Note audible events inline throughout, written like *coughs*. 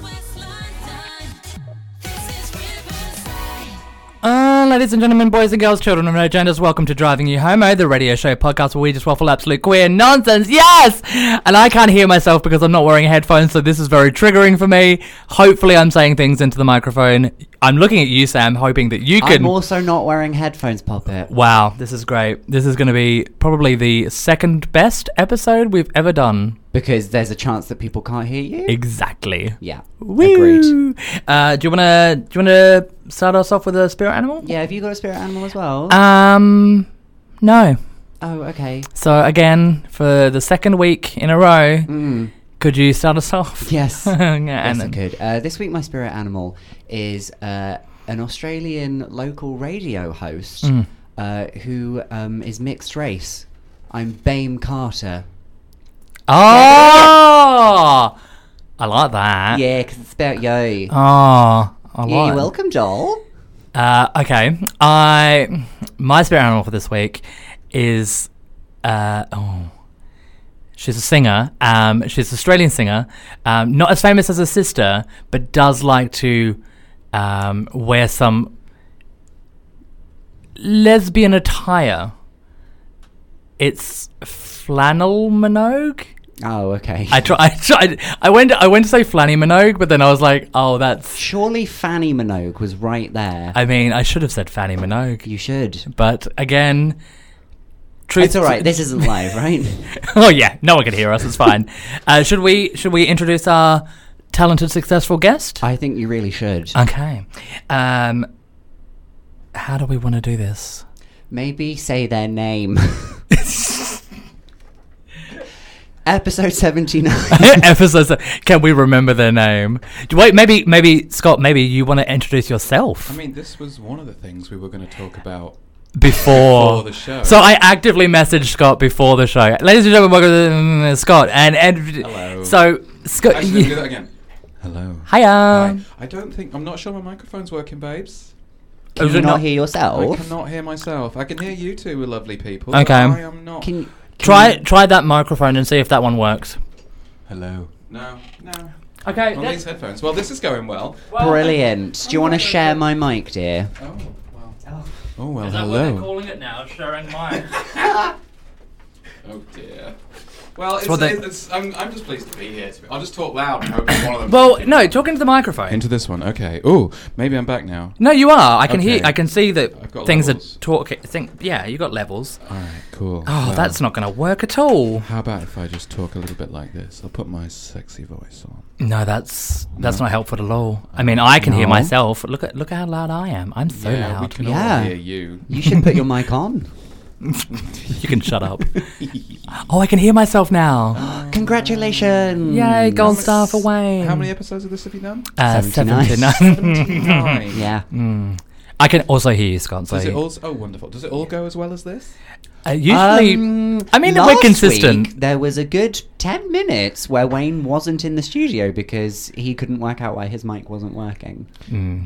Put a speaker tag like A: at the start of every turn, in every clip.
A: morning, Uh, ladies and gentlemen, boys and girls, children of no genders. Welcome to Driving You Homo, the radio show podcast where we just waffle absolute queer nonsense. Yes! And I can't hear myself because I'm not wearing headphones, so this is very triggering for me. Hopefully, I'm saying things into the microphone. I'm looking at you, Sam, hoping that you can.
B: I'm also not wearing headphones, Poppet.
A: wow, this is great. This is going to be probably the second best episode we've ever done.
B: Because there's a chance that people can't hear you.
A: Exactly.
B: yeah. Agreed.
A: Woo! Uh, do you wanna do you wanna start us off with a spirit animal?
B: Yeah, have you got a spirit animal as well?
A: Um, no.
B: oh, okay.
A: So again, for the second week in a row,
B: Mm.
A: could you start us off?
B: Yes.
A: *laughs* Yeah, and
B: yes, I
A: then-
B: could. Uh, this week, my spirit animal is uh, an Australian local radio host
A: Mm.
B: uh, who um, is mixed race. I'm Bame Carter.
A: Oh, I like that.
B: Yeah, because it's about you.
A: Oh, I like.
B: yeah,
A: it.
B: you're welcome, doll.
A: *laughs* Uh, okay, I my spirit animal for this week is uh, oh, she's a singer. Um, she's an Australian singer, um, not as famous as her sister, but does like to um, wear some lesbian attire. It's flannel Minogue.
B: Oh, okay.
A: I try, *laughs* I tried. I went. I went to say Flanny Minogue, but then I was like, "Oh, that's."
B: Surely Fanny Minogue was right there.
A: I mean, I should have said Fanny Minogue.
B: you should.
A: But again, truth.
B: It's all right. This isn't live, right?
A: *laughs*
B: *laughs*
A: oh yeah, no one can hear us. It's fine. uh, should we should we introduce our talented, successful guest?
B: I think you really should.
A: okay. Um, how do we want to do
B: *laughs*
A: this? *laughs*
B: Maybe say their name. *laughs* Episode 79.
A: *laughs* Episodes. Can we remember their name? Wait, maybe maybe Scott. Maybe you want to introduce yourself.
C: I mean, this was one of the things we were going to talk about.
A: before
C: Before the show.
A: So I actively messaged Scott before the show. Ladies and gentlemen, welcome to uh, Scott and and
C: Hello.
A: so Scott.
C: Actually, do that again. Hello.
A: Hiya.
C: Hi. um, I don't think I'm not sure my microphone's working, babes.
B: Can
A: Is
B: you
A: it
B: not,
A: not-
B: hear
C: I
B: yourself?
C: cannot hear myself. I can hear you two, were lovely people.
A: Okay.
C: but I am not.
B: Can, can
A: Try
B: you-
A: try that microphone and see if that one works.
C: Hello. No. No.
A: Okay.
C: On these headphones. Well, this is going well.
B: Brilliant. Do you want to share my mic, dear?
C: Oh. Well. Oh well. hello.
A: calling it now? Sharing mine.
C: Oh dear. Well, it's,
A: what they-
C: it's, I'm, I'm just pleased to be here. to be- I'll just talk loud and hope that one of
A: *laughs*
C: them.
A: well, no, talking to the microphone.
C: Into this one. Okay. Oh, maybe I'm back now.
A: No, you are. I can hear.
C: Okay.
A: I can see that
C: I've got
A: things
C: levels.
A: are talking. Think, yeah, you got levels.
C: All right. Cool.
A: Oh,
C: Well.
A: that's not going to work at all.
C: How about if I just talk a little bit like this? I'll put my sexy voice on.
A: No, that's that's not helpful at all. I mean, I can hear
B: No.
A: myself. Look at look at how loud I am. I'm so
C: yeah, we
A: loud.
C: can
B: Yeah.
C: all hear you. *laughs*
B: You should put your
A: *laughs*
B: mic on.
A: You can shut up. oh, I can hear myself
C: *gasps*
A: now.
B: Congratulations.
A: Yay, gold star for
C: s-
A: Wayne.
C: *laughs* How many episodes of this have you done?
A: Uh,
B: 79.
A: 79.
C: *laughs*
B: Yeah.
A: *laughs* I can also hear you, Scott. So
C: Does it all? s- Oh, wonderful. Does it all go as well as this?
A: uh, usually,
B: Um,
A: I mean, we're
B: last
A: consistent.
B: week, there was a good 10 minutes where Wayne wasn't in the studio because he couldn't work out why his mic wasn't working.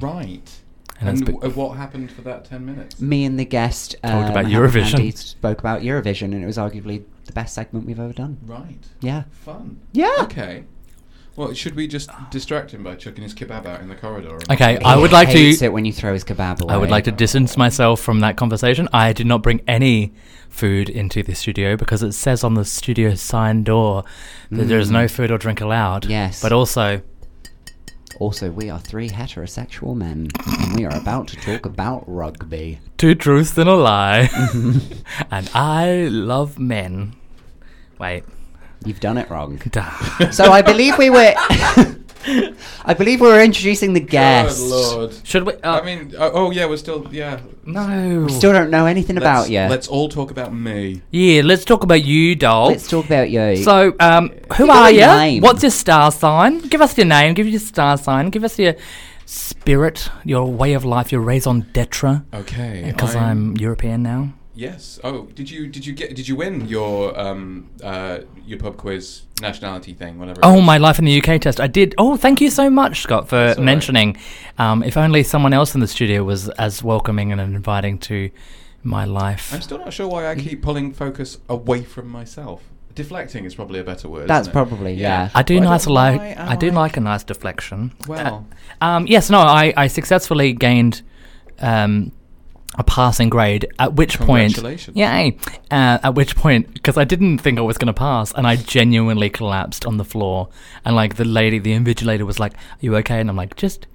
C: Right.
A: Mm. And that's
C: And,
A: be-
C: w- what happened for that ten minutes?
B: me and the guest uh,
A: Talked about
B: Mohammed
A: Eurovision.
B: Hamdi, spoke about Eurovision, and it was arguably the best segment we've ever done.
C: Right.
B: Yeah.
C: Fun.
B: Yeah.
C: Okay. Well, should we just distract him by chucking his kebab out in the corridor? or
A: Okay,
C: something?
A: I would like
B: hates
A: to-
B: it when you throw his kebab away.
A: I would like to distance myself from that conversation. I did not bring any food into the studio because it says on the studio sign door that there is no food or drink allowed.
B: Mm. Yes.
A: But also,
B: Also, we are three heterosexual men, and we are about to talk about rugby.
A: two truths and a lie. *laughs* and I love men. Wait.
B: You've done it wrong.
A: Duh.
B: *laughs* So I believe we were. *laughs* I believe we were introducing the guest.
C: Good lord.
A: Should we? Uh,
C: I mean, oh, oh yeah, we're still yeah.
A: no.
B: Still don't know anything about
C: Let's-
B: you.
C: Let's all talk about me.
A: yeah, let's talk about you, doll.
B: Let's talk about you.
A: So, um, who
B: Give us
A: are
B: a
A: you?
B: name.
A: What's your star sign? Give us your name. Give us your star sign. Give us your spirit, your way of life, your raison d'etre.
C: Okay.
A: Because I'm European now.
C: Yes. Oh, did you did you get did you win your um uh your pub quiz nationality thing whatever? it
A: Oh,
C: was?
A: my life in the UK test. I did. Oh, thank you so much, Scott, for
C: all right.
A: mentioning. Um, if only someone else in the studio was as welcoming and inviting to my life.
C: I'm still not sure why I keep pulling focus away from myself. Deflecting is probably a better word.
B: That's
C: isn't it?
B: probably yeah.
A: I do
C: But I
A: nice
C: don't
A: like
C: know why
A: I do
C: I-
A: like a nice deflection.
C: Well.
A: Uh, um, yes, no, I, I successfully gained um, a passing grade. At which point,
C: Congratulations.
A: yay! Uh, at which point, because I didn't think I was going to pass, and I genuinely collapsed on the floor. And like the lady, the invigilator was like, "Are you okay?" And I'm like, "Just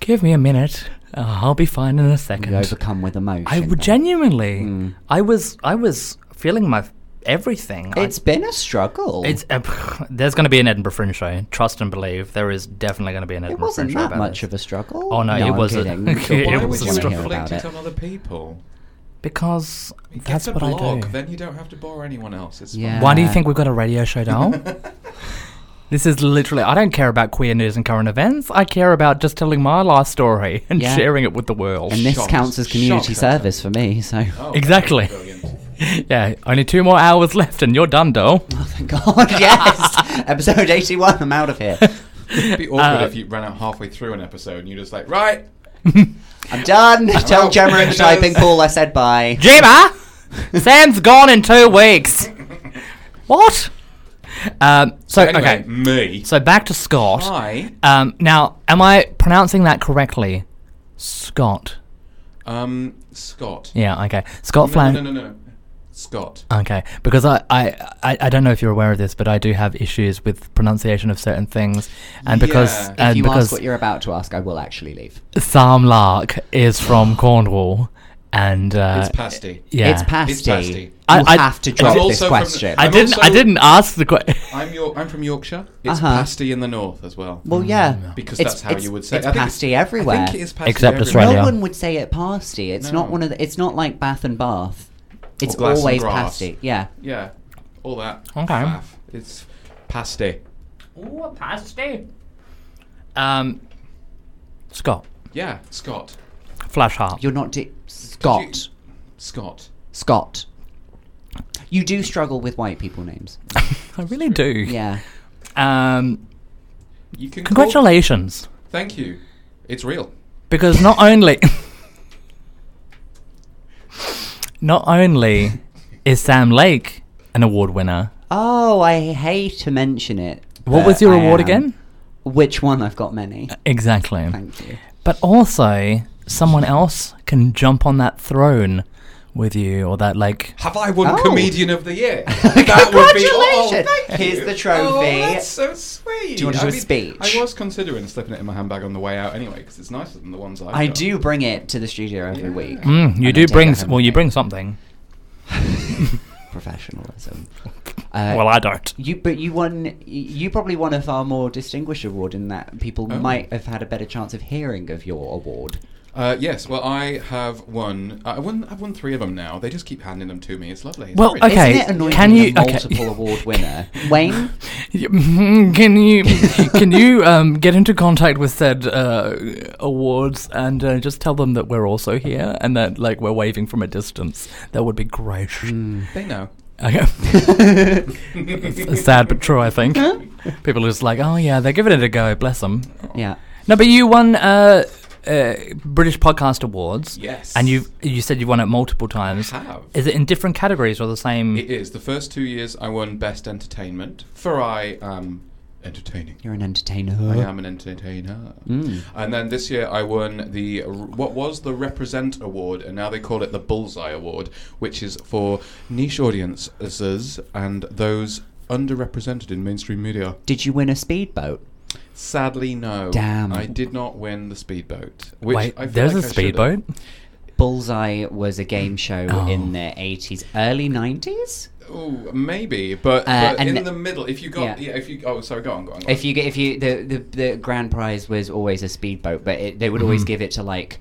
A: give me a minute. Uh, I'll be fine in a second.
B: You overcome with emotion.
A: I
B: though.
A: would genuinely.
C: Hmm.
B: Mm.
A: I was. I was feeling my everything. I-
B: It's been a struggle.
A: It's uh, there's going to be an Edinburgh Fringe show. Trust and believe. There is definitely going to be an
B: it
A: Edinburgh Fringe
B: wasn't
A: show.
B: that
A: about
B: much
A: this.
B: of a struggle.
A: Oh, no, it
B: I'm
A: wasn't.
B: kidding. *laughs*
A: Okay,
C: Why
A: it
B: People
C: would
A: was a
C: you
B: wanna hear
A: struggle.
B: about
C: inflict it
B: it.
C: on other people?
A: because
C: I mean,
A: that's
C: get
A: what
C: a blog,
A: I do.
C: Then you don't have to bore anyone else. It's
B: Yeah.
A: Why do you
B: Uh,
A: think we've got a radio show now?
B: *laughs*
A: this is literally. I don't care about queer news and current events. I care about just telling my life story *laughs* and
B: Yeah.
A: sharing it with the world.
B: And this
C: Shocked.
B: counts as community
C: Shocked.
B: service for me, so.
C: fine. *laughs* Oh,
A: *laughs* Exactly.
C: brilliant.
A: *laughs* yeah, only two more hours left, and you're done, doll.
B: *laughs* Oh, thank God, *laughs* yes! Episode 81, I'm out of here.
C: It'd be awkward
A: Uh,
C: if you ran out halfway through an episode and you're just like,
A: *laughs*
C: right,
B: I'm done! Tell
C: out.
B: Gemma and Typing Paul I said bye.
A: Gemma,
B: *laughs*
A: Sam's gone in two weeks. What? Um, so
C: anyway,
A: okay.
C: me.
A: So back to Scott.
C: Hi.
A: Um, now, am I pronouncing that correctly? Scott.
C: Um, Scott.
A: Yeah. Okay. Scott
C: no,
A: Flan. Uh,
C: no, no, no, no. Scott.
A: Okay, because I, I, I, I don't know if you're aware of this, but I do have issues with pronunciation of certain things, and because
C: Yeah.
B: If
A: and
B: you ask
A: because
B: what you're about to ask, I will actually leave.
A: Sam Lark is from Cornwall, and uh,
C: it's pasty.
A: yeah,
B: It's pasty.
C: It's pasty.
A: I-
B: you
A: I-
B: have to
A: it's
B: drop
C: also
B: this
C: from the-
B: question.
A: I
C: I'm
A: didn't I
C: also-
A: didn't ask the *laughs* question.
C: I'm your. I'm from Yorkshire. It's
B: Uh-huh.
C: pasty in the north as well.
B: well, yeah.
C: because
B: It's-
C: that's how
B: it's-
C: you would say.
B: it's
C: I think
B: pasty
C: I
B: everywhere.
C: think it is pasty
A: Except
C: everywhere.
A: Australia.
B: No one would say it pasty. It's
C: No.
B: not one of the, it's not like Bath and Bath. It's
C: Or glass and
B: always
C: grass.
B: pasty. Yeah.
C: Yeah, all that.
A: Okay.
C: faff. It's pasty.
A: Ooh, pasty. Um, Scott,
C: Yeah, Scott.
A: flash heart.
B: You're not do- Scott.
C: Could you- Scott.
B: Scott. You do struggle with white people names.
A: I really do.
B: Yeah.
A: Um,
C: You can. call-
A: congratulations,
C: Thank you. It's real.
A: because not only not only is Sam Lake an award winner.
B: Oh, I hate to mention it.
A: What
B: but
A: was your
B: I
A: award
B: am.
A: again? Uh,
B: Which one? I've got many.
A: Exactly.
B: Thank you.
A: But also, someone else can jump on that throne with you, or that like.
C: Have I won
B: Oh.
C: comedian of the
B: *laughs*
C: year? that would be all.
B: Congratulations. Here's the trophy.
C: Oh, that's so sweet.
B: Do you want to
C: I
B: do a
C: mean,
B: speech?
C: I was considering slipping it in my handbag on the way out anyway because it's nicer than the ones I've
B: I
C: got.
B: do bring it to the studio every
C: Yeah.
B: week.
A: Mm, you
B: And I
A: do
B: take
A: bring.
B: it
A: s-
B: home
A: Well,
B: with
A: you
B: me.
A: bring something. *laughs*
B: professionalism. Uh,
A: well, I don't. *laughs*
B: you but you won. You probably won a far more distinguished award in that people
C: Oh.
B: might have had a better chance of hearing of your award.
C: Uh, yes, well, I have won. I won. I've won three of them now. They just keep handing them to me. It's lovely. It's
A: Well,
C: very
A: okay.
B: Isn't it annoying
A: can you-
B: being a
A: okay. *laughs*
B: multiple award winner? Wayne, *laughs*
A: Can you can you um, get into contact with said uh, awards and uh, just tell them that we're also here and that like we're waving from a distance? That would be great.
C: They know.
A: Okay. *laughs* Sad but true, I think. People are just like, oh yeah, they're giving it a go. Bless them.
B: *laughs* yeah,
A: No, but you won uh, uh, British Podcast Awards.
C: Yes.
A: And you you said you won it multiple times.
C: have.
A: Is it in different categories or the same?
C: It is the first two years I won Best Entertainment for I am entertaining.
B: you're an entertainer.
C: I am an entertainer.
B: Mm.
C: And then this year I won the what was the Represent Award, and now they call it the Bullseye Award, which is for niche audiences and those underrepresented in mainstream media.
B: Did you win a speedboat?
C: Sadly, no.
B: Damn.
C: I did not win the speedboat. Which
A: Wait,
C: I feel
A: there's
C: like
A: a
C: I should've.
A: speedboat.
B: Bullseye was a game show
A: Oh.
B: in the 80s, early 90s.
C: Oh, maybe, but,
B: Uh,
C: but
B: and-
C: in the middle, if you got,
B: yeah.
C: yeah. if you, oh, sorry, go on, go on. Go on.
B: If you get, if you, the, the, the grand prize was always a speedboat, but it, they would always give it to like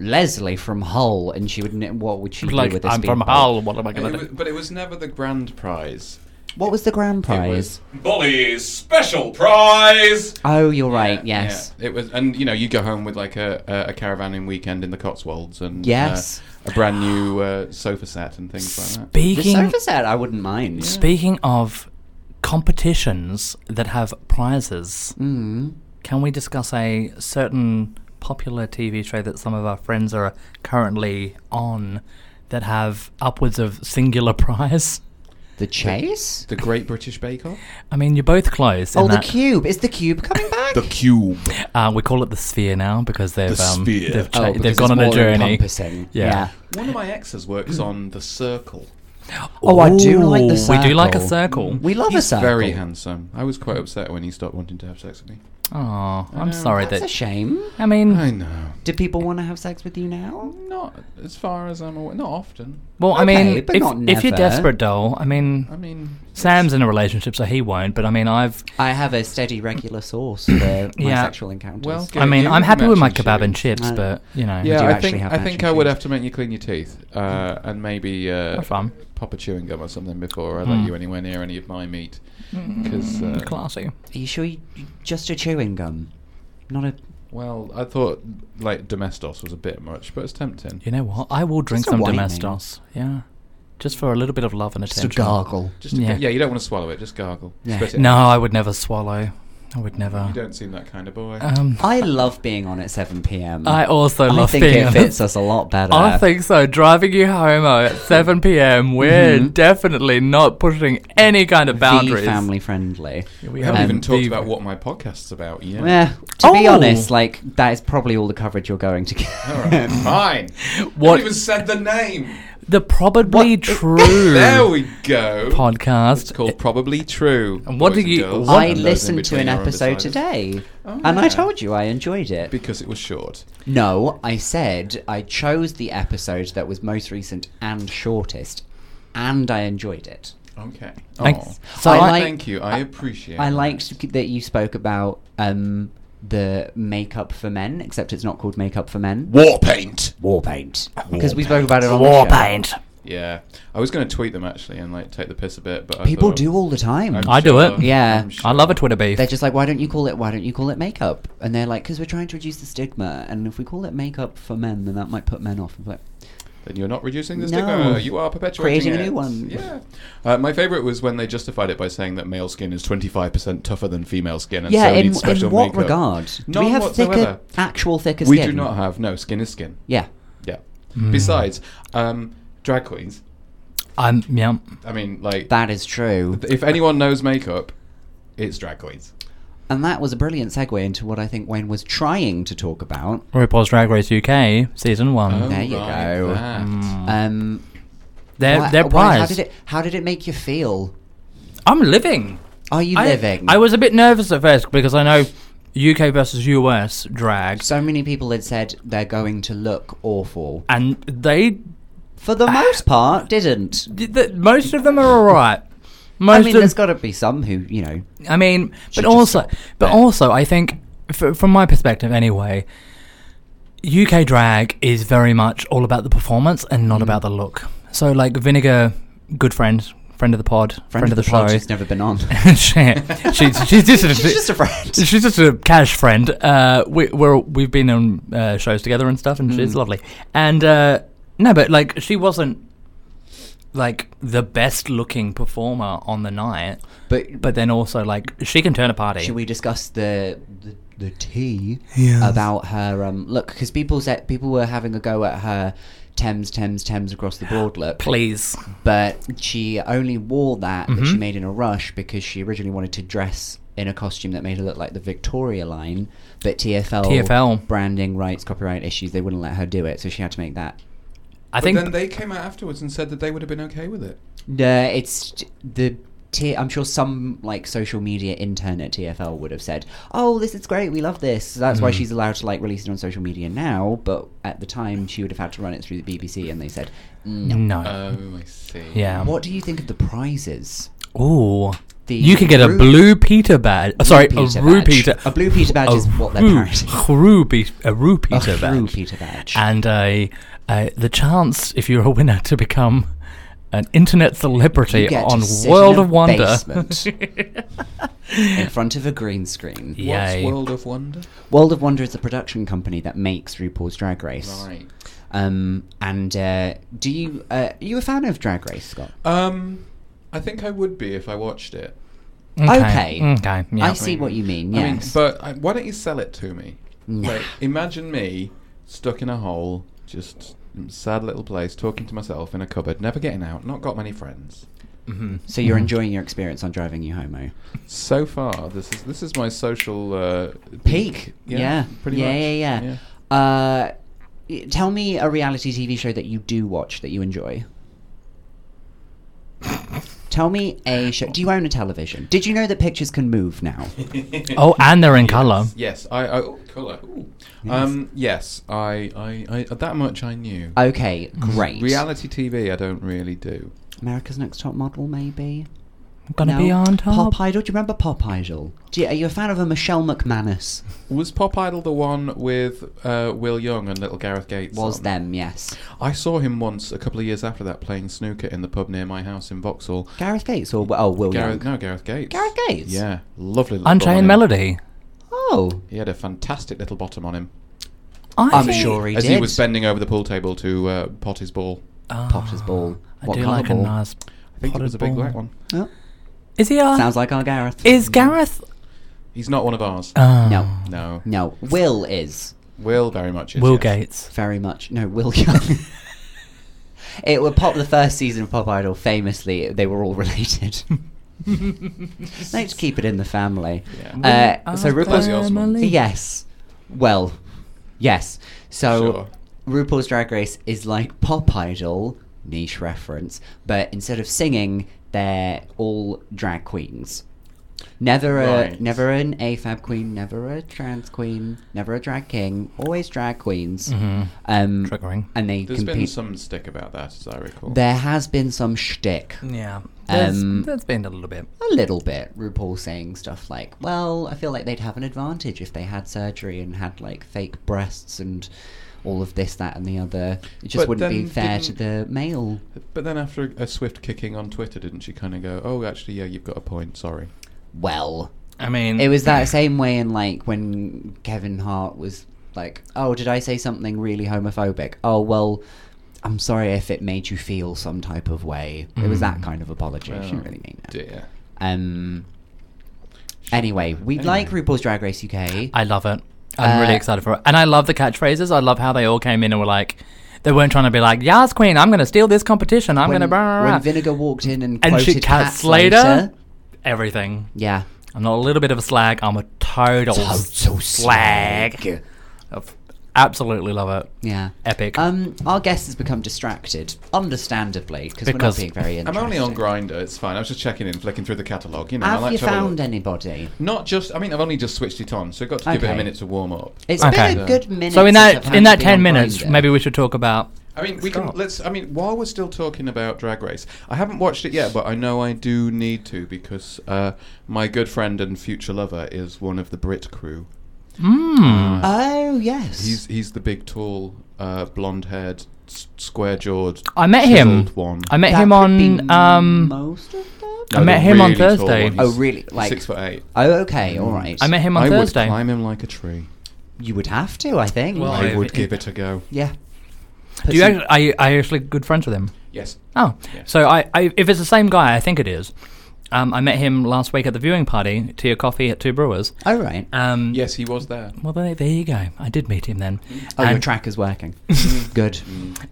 B: Leslie from Hull, and she would, kn- what would she
A: Like
B: do with a
A: I'm
B: speedboat?
A: from Hull. What am I
C: And
A: gonna
C: it was,
A: do?
C: but it was never the grand prize.
B: What was the grand
C: It
B: prize?
C: was Bully's special prize.
B: Oh, you're right. Yes.
C: it was, and you know, you go home with like a a, a caravanning weekend in the Cotswolds, and uh,
B: Yes.
C: a brand new uh, sofa set and things like that.
B: The
A: Speaking
B: sofa set, I wouldn't mind.
A: Speaking of competitions that have prizes,
B: Mm.
A: can we discuss a certain popular TV show that some of our friends are currently on that have upwards of singular *laughs* prize?
B: The The chase?
C: The Great British Bake Off?
A: I mean, you're both close. in
B: oh, the
A: that-
B: cube. Is the cube coming back?
C: The Cube.
A: Uh, we call it the sphere now because they've
C: The
A: um,
C: sphere.
A: they've,
B: oh,
A: cha-
B: because
A: they've gone on
B: it's
A: a
B: more
A: journey.
B: encompassing.
A: Yeah.
C: One of my exes works on The Circle.
B: Oh, I do like the
A: We do like a
B: circle.
A: circle.
B: We love a
C: He's
B: circle.
C: very handsome. I was quite upset when he stopped wanting to have sex with me.
A: Oh,
C: know.
A: I'm sorry
B: That's a
A: that.
B: shame.
A: I mean,
C: I know.
B: Do people want to have sex with you now?
C: Not as far as I'm aware. Not often.
A: well, I
B: okay,
A: mean,
B: but
A: if,
B: not
A: if you're
B: never.
A: desperate, doll, I mean,
C: I mean,
A: Sam's in a relationship, so he won't. But I mean, I've.
B: I have a steady, regular source for my
A: Yeah.
B: sexual encounters.
C: Well,
A: I
C: Yeah,
A: mean,
C: you
A: I'm
C: can
A: happy with my
C: actually
A: kebab
C: shoot.
A: and chips,
B: No.
A: but you know,
C: yeah,
B: do
C: I
B: actually
C: think
B: have Mm.
C: I
B: matching
C: think I would
B: shoes.
C: have to make you clean your teeth uh, and maybe uh,
A: Have fun.
C: pop a chewing gum or something before I
A: Mm.
C: let you anywhere near any of my meat. Because
A: mm,
C: uh,
A: classy.
B: Are you sure you just a chewing gum? Not a.
C: well, I thought like domestos was a bit much, but it's tempting.
A: You know what? I will drink
B: Just a
A: some
B: whining.
A: domestos. Yeah, just for a little bit of love and
B: Just a
A: attention.
B: gargle.
C: Just to,
A: Yeah.
C: yeah. you don't want to swallow it. Just gargle.
B: Yeah.
C: Spit it
A: No,
C: out.
A: I would never swallow. I would never.
C: You don't seem that kind of boy.
A: Um,
B: I love being on at 7 p.m.
A: I also
B: I
A: love
B: think
A: being
B: it
A: on-
B: fits us a lot better.
A: I think so. Driving you home
C: *laughs*
A: at 7 p.m. We're
B: Mhm.
A: definitely not pushing any kind of boundaries.
B: The family friendly.
A: We
C: we haven't
A: are
C: even
A: the-
C: talked about what my podcast's about yet.
B: Yeah. To be
A: Oh.
B: honest, like that is probably all the coverage you're going to get.
C: All
B: *laughs*
C: right, fine.
A: What-
C: What? even said the name.
A: The probably
C: *laughs*
B: What-
A: true
C: There we go.
A: podcast.
C: It's called Probably True.
A: And what
C: boys
A: did you-
C: girls,
A: what-
B: I
C: and those in
B: listened to an
C: between are
B: episode
C: undecided.
B: today,
C: Oh,
B: and I
C: yeah.
B: told you I enjoyed it.
C: Because it was short.
B: no, I said I chose the episode that was most recent and shortest, and I enjoyed it.
C: Okay.
A: Thanks.
C: Oh.
A: So
C: I
A: I-
C: thank you. I appreciate.
B: I
C: that.
B: liked that you spoke about um, the makeup for men, except it's not called makeup for men.
C: war paint.
B: War paint. Because we spoke about it on the show.
C: Yeah, I was going to tweet them actually and like take the piss a bit, but I
B: People
C: thought-
B: do all the time.
C: I'm
A: I do
C: sure.
A: it.
B: Yeah.
C: I'm
A: I
C: sure.
A: love a Twitter beef.
B: They're just like, why don't you call it? Why don't you call it makeup? And they're like, because we're trying to reduce the stigma, and if we call it makeup for men, then that might put men off. I'm like,
C: Then you're not reducing the
B: No.
C: stigma. You are
B: Creating
C: perpetuating
B: a
C: it.
B: new one.
C: Yeah. Uh, my favorite was when they justified it by saying that male skin is 25% tougher than female skin and
B: yeah,
C: so
B: in,
C: needs special
B: in what
C: makeup.
B: regard? Do we
C: None
B: have thicker,
C: whatsoever.
B: actual thicker
C: We
B: skin?
C: do not have no skin is skin.
B: Yeah.
C: Yeah.
A: Hmm.
C: Besides, um, drag queens.
A: I'm yeah.
C: I mean, like
B: That is true.
C: if anyone knows makeup, it's drag queens.
B: And that was a brilliant segue into what I think Wayne was trying to talk about.
A: RuPaul's Drag Race UK season one.
C: Oh,
B: There you
C: right,
B: go.
C: that.
B: Um,
A: Mm. They're
B: why-
A: they're
B: why- how
A: prized.
B: did it? How did it make you feel?
A: I'm living.
B: Are you
A: I-
B: living?
A: I was a bit nervous at first because I know UK versus US drag,
B: So many people had said they're going to look awful.
A: and they
B: For the most part, didn't.
A: Th- th- most of them are alright. Most
B: I mean,
A: of,
B: there's got to be some who, you know,
A: I mean, but
B: just
A: also,
B: stop.
A: but
B: Yeah.
A: also, I think f- from my perspective, anyway, UK drag is very much all about the performance and
B: Mm.
A: not about the look. So, like Vinegar, good friend, friend of the pod, friend,
B: friend,
A: of the,
B: pod
A: show. *laughs*
B: who's never been on.
A: she, she, she's just,
B: She's just a friend.
A: She's just a cash friend. Uh, we, we're we've been on uh, shows together and stuff, and
B: Mm.
A: she's lovely. And uh, no, but like she wasn't like the best looking performer on the night,
B: But
A: but then also like she can turn a party.
B: should we discuss the the, the tea
A: Yes.
B: about her um, look? Because people said people were having a go at her Thames, Thames, Thames across the board look,
A: Please.
B: but she only wore that that she
A: Mhm.
B: made in a rush because she originally wanted to dress in a costume that made her look like the Victoria line, but TFL,
A: TFL.
B: branding rights, copyright issues, they wouldn't let her do it, so she had to make that
A: I
C: But
A: think
C: then they came out afterwards and said that they would have been okay with it.
B: No, it's t- the. T- I'm sure some like social media intern at TFL would have said, "Oh, this is great. We love this." So that's why she's allowed to like release it on social media now. But at the time, she would have had to run it through the BBC, and they said, "No."
A: no.
C: Oh, I see.
A: yeah.
B: Uh, What do you think of the prizes?
A: Ooh.
B: The
A: You could get a
B: Ru-
A: blue Peter badge. Oh, sorry,
B: Peter
A: a Rue
B: badge.
A: Peter.
B: A blue Peter badge
A: a
B: is what they're
A: Rue- *laughs*
B: parodying.
A: Rue Pe- a Rue Peter
B: a
A: badge.
B: Rue Peter badge.
A: and a, a the chance if you're a winner to become an internet
B: You
A: celebrity
B: get to
A: on
B: sit
A: World
B: in a
A: of Wonder.
B: basement in front of a green screen.
A: Yeah.
C: What's
A: Yay.
C: World of Wonder?
B: World of Wonder is the production company that makes RuPaul's Drag Race.
C: Right.
B: Um, and uh, do you uh, are you a fan of Drag Race, Scott?
C: Um, I think I would be if I watched it.
A: *laughs* okay.
B: Okay.
A: Okay, yeah.
B: I see what you mean.
C: I mean,
B: Yes,
C: but I, why don't you sell it to me?
B: Nah.
C: Like, imagine me stuck in a hole, just in a sad little place, talking to myself in a cupboard, never getting out, not got many friends.
A: hmm
B: So you're enjoying your experience on driving you homo.
C: So far, this is this is my social uh,
B: Peak. Yeah. Yeah.
C: pretty
B: yeah,
C: much.
B: yeah. Yeah. Uh, y- tell me a reality TV show that you do watch that you enjoy. tell me a show. Do you own a television? Did you know that pictures can move now?
A: Oh, and they're in colour.
C: Yes, I, I oh, color. Ooh.
B: Yes.
C: Um, yes, I, I, I, that much I knew.
B: Okay, great.
C: Reality TV, I don't really do.
B: America's Next Top Model, maybe.
A: I'm gonna
B: No.
A: be on top.
B: Pop Idol. Do you remember Pop Idol? Do you, are you a fan of a Michelle McManus?
C: Was Pop Idol the one with uh, Will Young and little Gareth Gates?
B: Was
C: on?
B: them? Yes.
C: I saw him once a couple of years after that playing snooker in the pub near my house in Vauxhall.
B: Gareth Gates or oh Will
C: Gareth,
B: Young?
C: no, Gareth Gates.
B: Gareth Gates?
C: Yeah, lovely. Little
A: Andre and
C: bottom on him.
A: Melody.
B: Oh,
C: He had a fantastic little bottom on him
A: I
B: I'm
A: think-
B: sure he
C: as
B: did.
C: he was bending over the pool table to uh, pot his ball.
A: Ah,
B: popped his ball.
A: I
B: What
A: do
B: colour
A: like
B: ball?
A: a nice.
C: I think it
A: potted
C: was a big
A: ball.
C: black one.
B: Oh,
A: Is he? Uh,
B: sounds like our Gareth.
A: Is Gareth?
C: He's not one of ours.
A: Oh.
B: No.
C: no,
B: Uh, no. Will is
C: Will very much. Is,
A: Will
C: yes.
A: Gates.
B: very much no Will Young. *laughs* it would pop the first season of Pop Idol. Famously, they were all *laughs* related. Let's keep it in the family.
A: Yeah.
B: Uh, so
A: Our
B: RuPaul's
A: family.
C: Mm.
B: Yes. Well, yes. So
C: Sure.
B: RuPaul's Drag Race is like Pop Idol, niche reference, but instead of singing, they're all drag queens. Never a
C: Right.
B: never an AFAB queen, never a trans queen, never a drag king, always drag queens.
A: Mhm.
B: Um,
A: Triggering.
B: and they
C: There's been
B: compete.
C: some stick about that, as I recall.
B: There has been some shtick.
A: Yeah. There's,
B: Um,
A: there's been a little bit.
B: A little bit, RuPaul saying stuff like, well, I feel like they'd have an advantage if they had surgery and had like fake breasts and all of this, that, and the other. It just
C: But
B: wouldn't be
C: then
B: fair to the male.
C: But then after a swift kicking on Twitter, didn't she kind of go, "Oh, actually, yeah, you've got a point. Sorry."
B: Well,
A: I mean,
B: it was that same way in like when Kevin Hart was like, oh, did I say something really homophobic? Oh, well, I'm sorry if it made you feel some type of way. It was that kind of apology. she didn't
C: Oh,
B: really mean that.
C: Dear.
B: Um. Anyway, we
C: Anyway.
B: like RuPaul's Drag Race UK.
A: I love it. I'm really
B: Uh,
A: excited for it, and I love the catchphrases. I love how they all came in and were like, they weren't trying to be like, "Yas Queen, I'm going to steal this competition. I'm
B: when,
A: going to."
B: when Vinegar walked in and
A: and
B: quoted
A: she
B: Cat,
A: Cat Slater, everything.
B: Yeah.
A: I'm not a little bit of a slag. I'm a total, slag. I've- Absolutely love it.
B: Yeah.
A: Epic.
B: Um, our guest has become distracted, understandably, because we're not
A: Because-
B: being very
C: I'm
B: interesting.
C: only on Grinder. It's fine. I was just checking in, flicking through the catalogue. You know, I
B: Have
C: like
B: you
C: to have a
B: found
C: look.
B: anybody?
C: Not just. I mean, I've only just switched it on, so I've got to give it
B: Okay.
C: a minute to warm up.
B: It's
A: Okay.
B: been a good minute.
A: so in
B: since I've
A: that
B: had
A: in
B: to
A: that
B: be
A: ten
B: on
A: minutes,
B: Grindr.
A: maybe we should talk about.
C: I mean, we
A: Stop.
C: can let's. I mean, while we're still talking about Drag Race, I haven't watched it yet, but I know I do need to because uh, my good friend and future lover is one of the Brit crew.
A: Mm.
B: Oh yes.
C: He's he's the big, tall, uh, blonde-haired, s- square-jawed.
A: I met him.
C: chiseled One.
A: I met
B: That
A: him
B: could
A: on.
B: be
A: Um,
B: most of them.
A: I met
C: the
A: him on
C: tall
A: Thursday.
C: one.
B: Oh,
C: He's-
B: really?
C: he's
B: Like-
C: six foot eight.
B: Oh, okay, all right.
A: Mm. I met him on
C: I
A: Thursday.
C: would climb him like a tree.
B: You would have to, I think.
A: Well,
C: I
A: I-
C: would give it a go.
B: yeah.
A: Do you
B: Put some-
A: actually, are, you, are you actually good friends with him?
C: Yes.
A: Oh,
C: Yes.
A: so I, I if it's the same guy, I think it is. Um, I met him last week at the viewing party, tea or coffee at Two Brewers.
B: All right.
A: Um,
C: Yes, he was there.
A: Well, there, there you go. I did meet him then.
B: Oh, your
A: and, *laughs*
B: tracker's working. Good.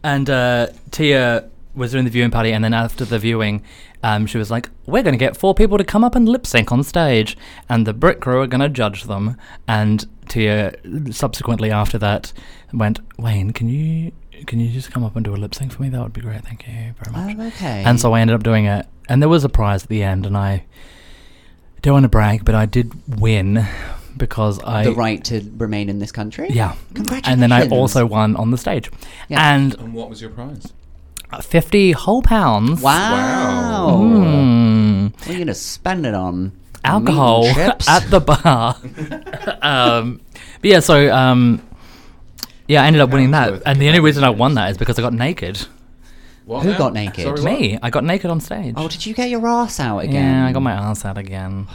A: and uh, Tia was doing the viewing party, and then after the viewing, um, she was like, "We're going to get four people to come up and lip sync on stage, and the Brit crew are going to judge them." And Tia subsequently after that went, "Wayne, can you can you just come up and do a lip sync for me? That would be great. Thank you very much."
B: Oh, okay.
A: And so I ended up doing it, and there was a prize at the end, and I don't want to brag, but I did win because I
B: the right to remain in this country.
A: yeah.
B: Congratulations.
A: And then I also won on the stage.
B: Yeah.
A: And
C: And what was your prize?
A: 50 whole pounds.
B: Wow.
C: Wow.
A: Mm.
B: What are you going to spend it on?
A: Alcohol
B: Meat and
A: *laughs*
B: chips?
A: at the
B: *laughs*
A: bar. um, but yeah, so um, yeah, I ended up winning
C: Pounds
A: that.
C: worth
A: And the only
C: of
A: reason I won
C: pounds.
A: that is because I got naked.
C: What
B: Who
C: now?
B: got naked?
C: Sorry, what?
A: Me, I got naked on stage.
B: Oh, did you get your ass out again?
A: yeah, I got my ass out again.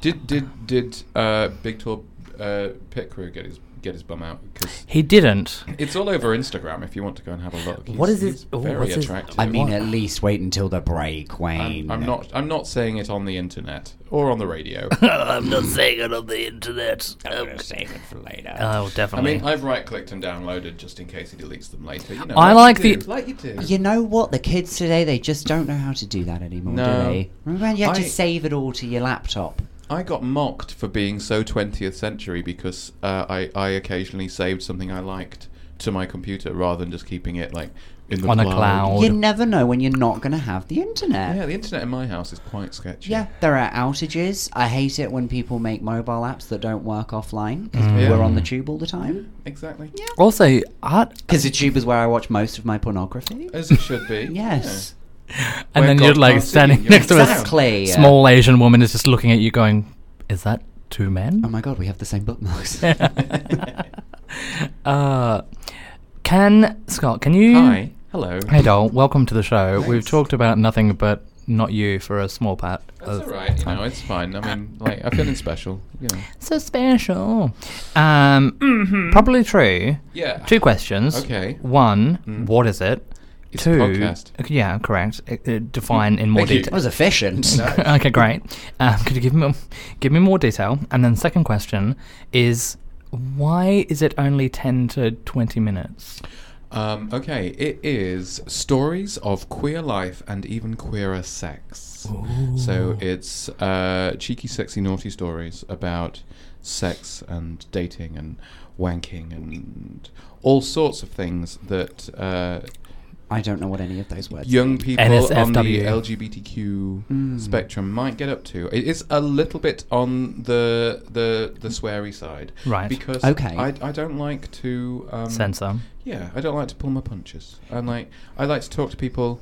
C: Did did did uh, Big Tor uh, Pit Crew get his get his bum out because
A: He didn't.
C: it's all over Instagram. If you want to go and have a look,
A: What is
C: He's-
A: his-
C: he's
A: oh,
C: Very
A: what's his-
C: attractive.
B: I mean,
A: What?
B: at least wait until the break, Wayne.
C: I'm, I'm not. I'm not saying it on the internet or on the
B: *laughs*
C: radio.
A: I'm not saying it on the internet.
B: I'm gonna save it for later.
A: Oh,
C: I
A: definitely.
C: mean, I've right-clicked and downloaded just in case he deletes them later. You know,
A: I
C: you
A: like the-
C: do, like you do.
B: you know what? The kids today, they just don't know how to do that anymore, do
C: No.
B: they? Remember when you had
C: I-
B: to save it all to your laptop?
C: I got mocked for being so 20th century because uh, I I occasionally saved something I liked to my computer rather than just keeping it like in the
A: On a
C: cloud.
A: cloud.
B: You never know when you're not going to have the internet.
C: Yeah, the internet in my house is quite sketchy.
B: Yeah, there are outages. I hate it when people make mobile apps that don't work offline 'cause
A: Mm.
B: we're
C: Yeah.
B: on the tube all the time.
C: exactly.
B: Yeah.
A: also, art,
B: Because the tube is where I watch most of my pornography.
C: As it should be.
B: *laughs* yes.
A: *laughs* and
C: Where
A: then
C: God
A: you're like
C: can't see
A: standing
C: you,
A: next to a s-
B: Exactly.
A: small Asian woman is just looking at you, going, "Is that two men?"
B: Oh my god, we have the
A: *laughs*
B: same bookmarks.
A: uh, can Scott? Can you?
C: Yeah. Hi. Hello.
A: Hey, doll. Welcome to the show. We've
C: Thanks.
A: talked about nothing but not you for a small part.
C: That's
A: of
C: all right. You
A: time.
C: know, it's fine. I mean, like, I'm feeling special. You know.
A: so special. Um, probably true.
C: Yeah.
A: Two questions.
C: Mm-hmm. Okay.
A: One,
C: Mm.
A: what is it?
C: It's a
A: Two.
C: podcast.
A: okay, Yeah, correct. Uh, uh, define in more
C: Thank you.
B: that
A: detail.
B: was efficient.
C: No.
A: *laughs* okay, great. Um, could you give me give me more detail? And then second question is why is it only ten to twenty minutes?
C: Um, okay, it is stories of queer life and even queerer sex. So it's uh, cheeky, sexy, naughty stories about sex and dating and wanking and all sorts of things that uh,
B: I don't know what any of those words
C: young people on the
A: NSFW.
C: LGBTQ
A: Hmm.
C: spectrum might get up to. It is a little bit on the the the sweary side,
A: Right.
C: Because
B: Okay.
C: I, I don't like to um,
A: Censor.
C: yeah, I don't like to pull my punches. I'm like I like to talk to people,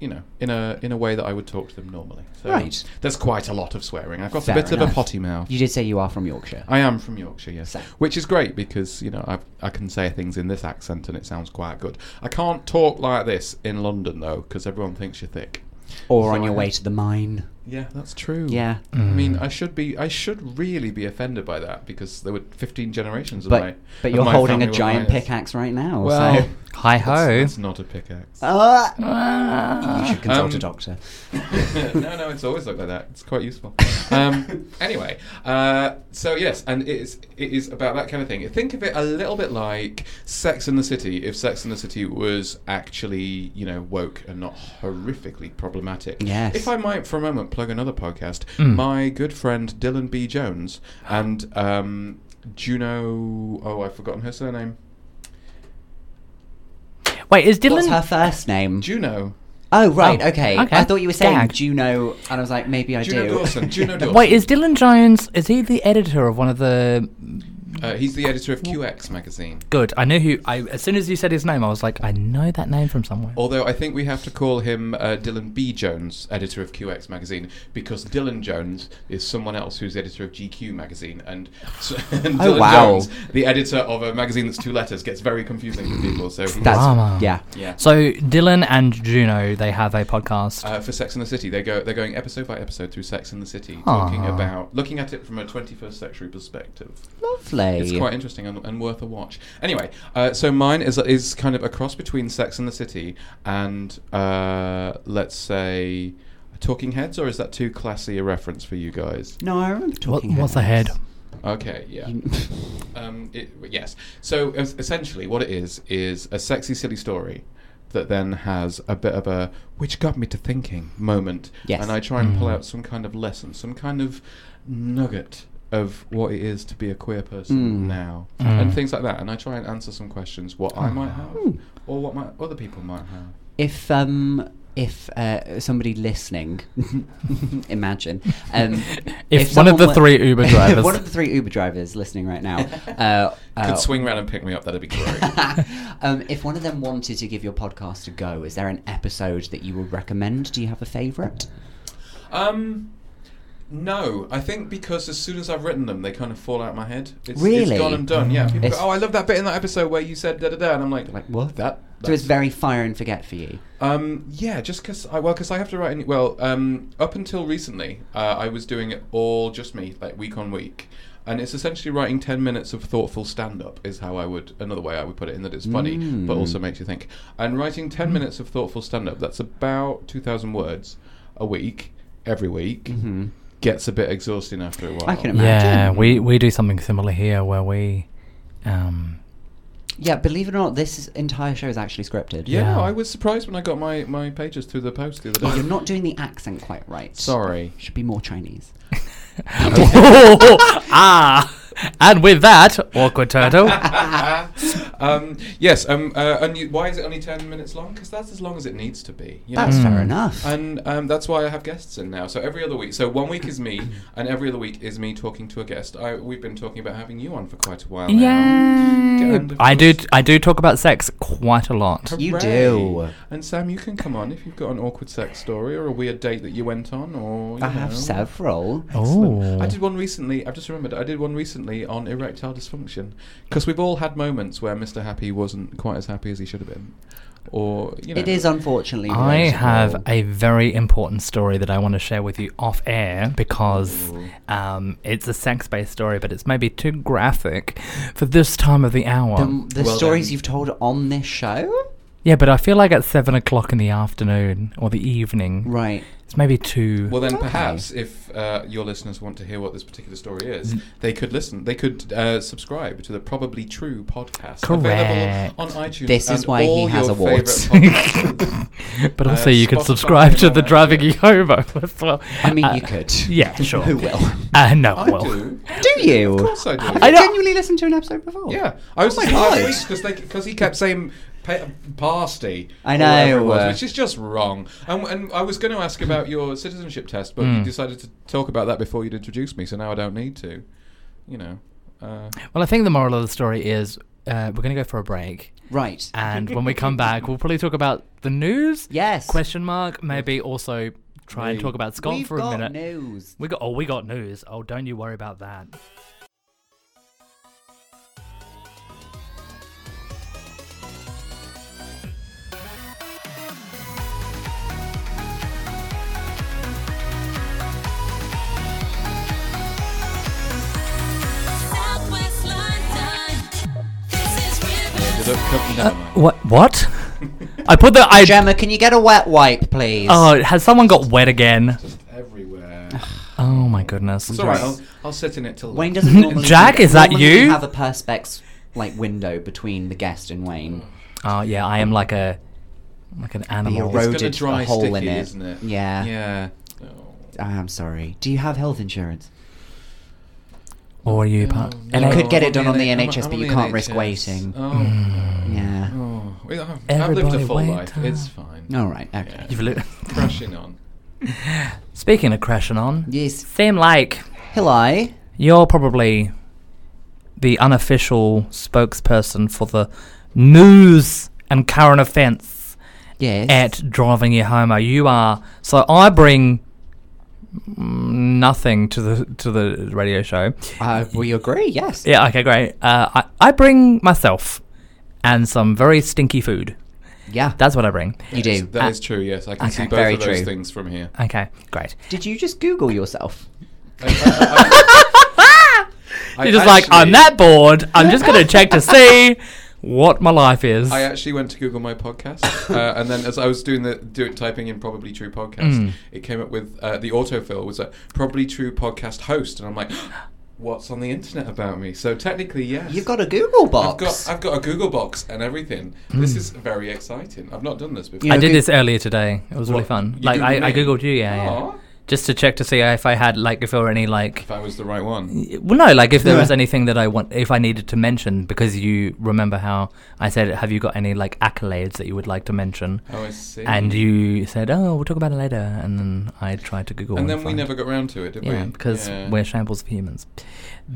C: you know, in a in a way that I would talk to them normally. So
B: Right.
C: There's quite a lot of swearing. I've got
B: Fair
C: a bit of
B: enough.
C: a potty mouth.
B: You did say you are from Yorkshire.
C: I am from Yorkshire, yes,
B: So-
C: which is great because you know I I can say things in this accent and it sounds quite good. I can't talk like this in London though because everyone thinks you're thick.
B: or
C: So
B: on your
C: I
B: way
C: have-
B: to the mine.
C: Yeah, that's true. Mm.
B: Yeah.
C: I mean, I should be I should really be offended by that because there were 15 generations of my
B: But but
C: of
B: you're
C: my
B: holding
C: family
B: a
C: were
B: giant
C: miners.
B: pickaxe right now.
C: Well,
B: *laughs* so. Ah!
A: Hi ho.
C: That's not a pickaxe.
A: Ah.
B: you should consult a
C: Um,
B: doctor.
C: *laughs* no, no, it's always looked like that. It's quite useful. Um, anyway, uh, so yes, and it is it is about that kind of thing. Think of it a little bit like Sex in the City. If Sex in the City was actually you know woke and not horrifically problematic.
B: Yes.
C: If I might, for a moment, plug another podcast. My good friend Dylan B. Jones and um, Juno. Oh, I've forgotten her surname.
A: Wait, is Dylan
B: What's her first name?
C: Juno.
B: Oh right,
A: Oh,
B: okay.
A: okay.
B: I thought you were saying
A: Gag.
B: Juno, and I was like, maybe I
C: Juno
B: do.
C: Dawson.
B: *laughs*
C: Juno Dawson.
A: Wait, is Dylan Jones is he the editor of one of the
C: Uh, he's the editor of QX magazine.
A: good? I know who I as soon as you said his name I was like, I know that name from somewhere.
C: Although I think we have to call him uh, Dylan B. Jones, editor of QX magazine, because Dylan Jones is someone else who's editor of GQ magazine, and, so, *laughs* and
B: Oh,
C: Dylan
B: wow.
C: Jones, the editor of a magazine that's two letters, gets very confusing for people. So he-
B: That's
A: Drama.
B: yeah.
C: *laughs* yeah.
A: So Dylan and Juno, they have a podcast.
C: Uh, for Sex in the City, they go. They're going episode by episode through Sex in the City, talking
B: Ah.
A: Aw.
C: about looking at it from a 21st century perspective.
B: Lovely.
C: It's quite interesting and, and worth a watch. Anyway, uh, so mine is is kind of a cross between Sex and the City and uh, let's say Talking Heads, or is that too classy a reference for you guys?
B: no, I remember
A: what,
B: talking.
A: what's
B: about
A: ahead?
B: this.
C: Okay, yeah.
B: You- *laughs*
C: *laughs* Um, it, yes. So es- essentially, what it is is a sexy, silly story that then has a bit of a which got me to thinking moment.
B: Yes.
C: And I try and pull out some kind of lesson, some kind of nugget of what it is to be a queer person
B: Mm.
C: now,
A: Mm.
C: and things like that. And I try and answer some questions what I
B: Ah.
C: might have,
B: Hmm.
C: or what my other people might have.
B: If um if uh, somebody listening, *laughs* imagine um,
A: If one of
B: someone
A: the
B: wa-
A: three Uber
B: *laughs* if
A: drivers-
B: one of the three Uber drivers listening right
C: *laughs*
B: now, *laughs* uh, uh, *laughs*
C: Could swing round and pick me up. That'd be great.
B: um, if one of them wanted to give your podcast a go, is there an episode that you would recommend? Do you have a favourite?
C: Um, no, I think because as soon as I've written them, they kind of fall out of my head. It's,
B: Really?
C: it's gone and done. Yeah, people go,
A: It's-
C: oh, I love that bit in that episode where you said da da da, and I'm like,
B: Like what?
C: that.
B: so it's
C: that's-
B: very fire and forget for you.
C: um, yeah, just because I well, because I have to write. Any, well, um, up until recently, uh, I was doing it all just me, like week on week, and it's essentially writing ten minutes of thoughtful stand-up. Is how I would another way I would put it in that it's funny, but
B: Mm.
C: also makes you think. And writing ten minutes of thoughtful stand-up that's about two thousand words a week, every week, gets a bit exhausting after a while.
B: Mm-hmm. I can imagine.
A: Yeah, we we do something similar here where we, um,
B: Yeah, believe it or not, this is- entire show is actually scripted.
C: Yeah,
A: Yeah.
C: I was surprised when I got my, my pages through the post the other
B: Oh,
C: day.
B: you're not doing the accent quite right.
C: Sorry.
B: Should be more
C: *laughs*
B: Chinese.
A: *laughs* ah, and with that awkward turtle.
C: *laughs* Um, yes. Um. Uh, only, why is it only ten minutes long? Because that's as long as it needs to be. You know?
A: Hmm.
B: That's fair enough.
C: And um, that's why I have guests in now. So every other week. So one week is me, and every other week is me talking to a guest. I, we've been talking about having you on for quite a while now.
A: Yeah,
C: And of
A: I do.
C: course-
A: I do talk about sex quite a lot.
B: You
C: Hooray.
B: do.
C: And Sam, you can come on if you've got an awkward sex story or a weird date that you went on, or you
B: I have
C: know.
B: several.
A: Oh,
C: I did one recently. I've just remembered. I did one recently on erectile dysfunction because we've all had moments where Mr. Happy wasn't quite as happy as he should have been, or you know.
B: It is unfortunately.
A: I have
B: relatable.
A: a very important story that I want to share with you off air because um, it's a sex-based story, but it's maybe too graphic for this time of the hour.
B: The, Um, the
C: Well
B: stories
C: then.
B: you've told on this show?
A: yeah, but I feel like at seven o'clock in the afternoon or the evening,
B: Right.
A: it's maybe too.
C: Well, then
B: Okay.
C: perhaps if uh, your listeners want to hear what this particular story is,
A: Mm.
C: they could listen. They could uh, subscribe to the Probably True podcast
A: Correct.
C: available on iTunes.
B: This is
C: and
B: why he
C: all
B: has
C: your
B: awards.
C: favourite podcasts.
A: but
C: uh,
A: also, you could
C: Spotify
A: subscribe to
C: and
A: the
C: all that
A: driving you
C: shit.
A: over *laughs* as well.
B: I mean,
A: Uh,
B: you could.
A: *laughs* yeah, sure.
B: Who will? *laughs*
A: Uh, no,
C: I
A: *laughs* well,
C: do.
B: Do you?
C: Of course I do.
B: I
A: I don't-
B: genuinely listened to an episode before.
C: Yeah, I was
B: Oh my
C: just last
B: God.
C: week because because he kept saying pa- pasty.
B: I
C: or whatever it
B: know,
C: was,
B: uh,
C: which is just wrong. And, and I was going to ask
B: *laughs*
C: about your citizenship test, but
A: Hmm.
C: you decided to talk about that before you'd introduced me, so now I don't need to. You know. Uh,
A: well, I think the moral of the story is uh, we're going to go for a break.
B: Right.
A: And when we come back, we'll probably talk about the news.
B: Yes.
A: Question mark. Maybe also try and
C: We-
A: talk about Scott
B: We've
A: for a
B: got
A: minute.
B: news.
A: We got oh we got news. Oh, don't you worry about that.
D: Southwest London. This is River.
C: ended up co- never mind.
A: What what? I put the I
B: Gemma, can you get a wet wipe, please?
A: Oh, has someone got wet again?
C: Just
B: *sighs*
C: everywhere.
A: Oh my goodness.
C: It's all right. I'll, I'll sit in it till.
B: Wayne doesn't normally.
A: Jack, is that
B: normally
A: you?
B: have a perspex like window between the guest and Wayne.
A: Oh yeah, I am like a like an animal.
B: road-
C: It's gonna
B: Loaded
C: dry
B: a hole
C: sticky,
B: in it.
C: isn't it?
B: Yeah.
C: Yeah. Oh.
B: Ah, I'm sorry. Do you have health insurance?
A: Or are you part
C: No,
A: NH
B: could
C: I'm
B: get it
C: on
B: done
C: the
B: on the
C: NH- I'm-
B: NHS,
C: I'm
B: but
C: on
B: you
C: the
B: can't risk
C: NHS.
B: waiting.
C: Oh.
B: Yeah.
A: Mm.
C: Oh. We- I've- I've lived
A: Hmm. Everybody
C: a full
A: wait
C: life.
A: up.
C: It's fine.
B: All right. Okay.
A: You've li-
C: Crashing on.
A: *laughs* Speaking of crashing on,
B: Yes.
A: seem like
B: Hello.
A: You're probably the unofficial spokesperson for the news and current offence
B: Yes.
A: at Driving You Homo. You are. So I bring mm, nothing to the to the radio show.
B: Uh, we agree. Yes.
A: Yeah, okay, great. Uh, I, I bring myself and some very stinky food.
B: Yeah.
A: That's what I bring.
B: you do. Uh,
C: That
A: uh,
C: is true. Yes, I can
B: okay,
C: see both
B: very
C: of those
B: true.
C: things from here.
A: Okay, great.
B: Did you just Google
C: *laughs*
B: yourself? *laughs*
A: *laughs* You're just like, I'm that bored. I'm just going to check to see what my life is.
C: I actually went to Google my podcast,
A: *laughs*
C: uh, and then as I was doing the do, typing in "probably true podcast,"
A: Mm.
C: it came up with uh, the autofill was a "probably true podcast host," and I'm like, *gasps* "What's on the internet about me?" So technically, yes,
B: You've got a Google
C: I've
B: box.
C: got I've got a Google box and everything.
A: Mm.
C: This is very exciting. I've not done this before.
B: Yeah.
A: I did
B: Goog-
A: this earlier today. It was really
C: What,
A: fun.
C: you
A: Like
C: Googled
A: I, I
C: me?
A: googled you, yeah, yeah,
C: Aw.
A: just to check to see if I had like if there were any like.
C: If I was the right one,
A: Well, no, like if there
B: Yeah.
A: was anything that I want, if I needed to mention, because you remember how I said, "Have you got any like accolades that you would like to mention?"
C: oh, I see.
A: And you said, "Oh, we'll talk about it later." And then I tried to Google.
C: and then we
A: find-
C: never got round to it, did
A: Yeah,
C: we?
A: because
C: Yeah.
A: we're shambles of humans.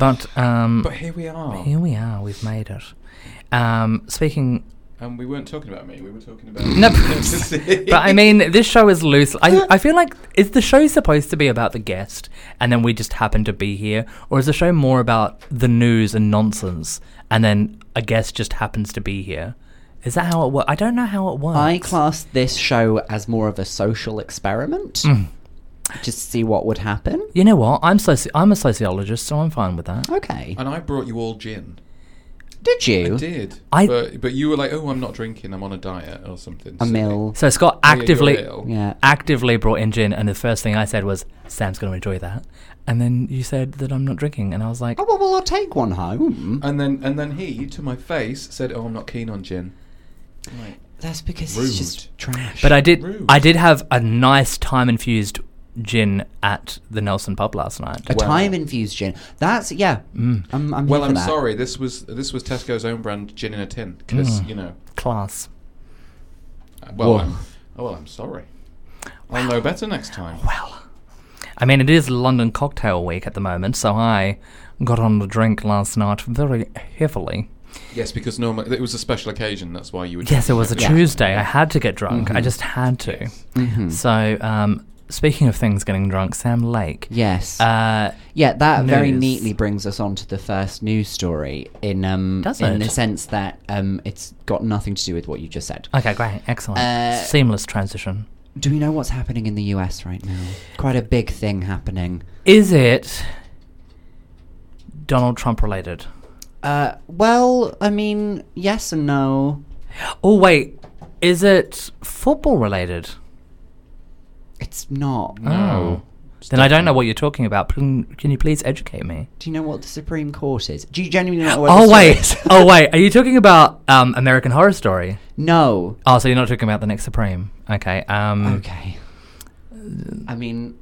A: But um,
C: But here we are,
A: here we are. We've made it. Um, speaking
C: and we weren't talking about me. We were talking about
A: *laughs* No,
C: *laughs*
A: but but I mean, this show is loose. I, I feel like is the show supposed to be about the guest, and then we just happen to be here, or is the show more about the news and nonsense, and then a guest just happens to be here? Is that how it works? I don't know how it works. Mm.
B: I class this show as more of a social experiment. just to see what would happen.
A: You know what? I'm soci- I'm a sociologist, so I'm fine with that.
B: Okay.
C: And I brought you all gin.
B: Did you?
C: I did.
A: I-
C: but, but you were like, oh, I'm not drinking. I'm on a diet or something.
B: A
C: silly.
B: mill.
A: So uh, Scott
C: Oh, yeah, you're
A: actively
C: ill.
B: Yeah.
A: actively brought in gin, and the first thing I said was, "Sam's going to enjoy that." And then you said that I'm not drinking, and I was like,
B: Oh, well, well, I'll take one home.
A: Uh,
C: And then and then he, to my face, said, oh, I'm not keen on gin. I'm like,
B: That's because
C: Rude.
B: it's just trash.
A: But I did.
C: Rude.
A: I did have a nice time infused gin at the Nelson pub last night.
B: a
C: Well-
B: time infused gin. That's yeah.
A: Mm.
B: I'm, I'm
C: well,
B: here for
C: I'm
B: that.
C: sorry. This was this was Tesco's own brand gin in a tin because
A: Mm.
C: you know.
A: Class.
C: Well,
B: Whoa.
C: I'm, oh well, I'm sorry. I'll know better next time.
A: Well, I mean, it is London Cocktail Week at the moment, so I got on the drink last night very heavily.
C: Yes, because normally it was a special occasion. That's why you would.
A: Yes, it was a
B: Yeah.
A: Tuesday. I had to get drunk. I
B: Mhm.
A: just had to.
B: Mhm.
A: So, um, speaking of things getting drunk, Sam Lake.
B: Yes.
A: Uh,
B: Yeah, that very
A: news.
B: neatly brings us on to the first news story in um
A: Does
B: in
A: it?
B: the sense that um it's got nothing to do with what you just said.
A: Okay, great, excellent,
B: Uh,
A: seamless transition.
B: Do we know what's happening in the US right now? Quite a big thing happening.
A: Is it Donald Trump related?
B: Uh well, I mean, yes and no.
A: Oh wait, is it football related?
B: It's not.
A: Oh. Then I don't know what you're talking about. Pl- Can you please educate me?
B: Do you know what the Supreme Court is? Do you genuinely not know what the
A: Oh
B: story
A: wait,
B: is?
A: *laughs* oh wait, are you talking about um, American Horror Story?
B: *laughs* No.
A: Oh, so you're not talking about the next Supreme? Okay. Um,
B: Okay. I mean,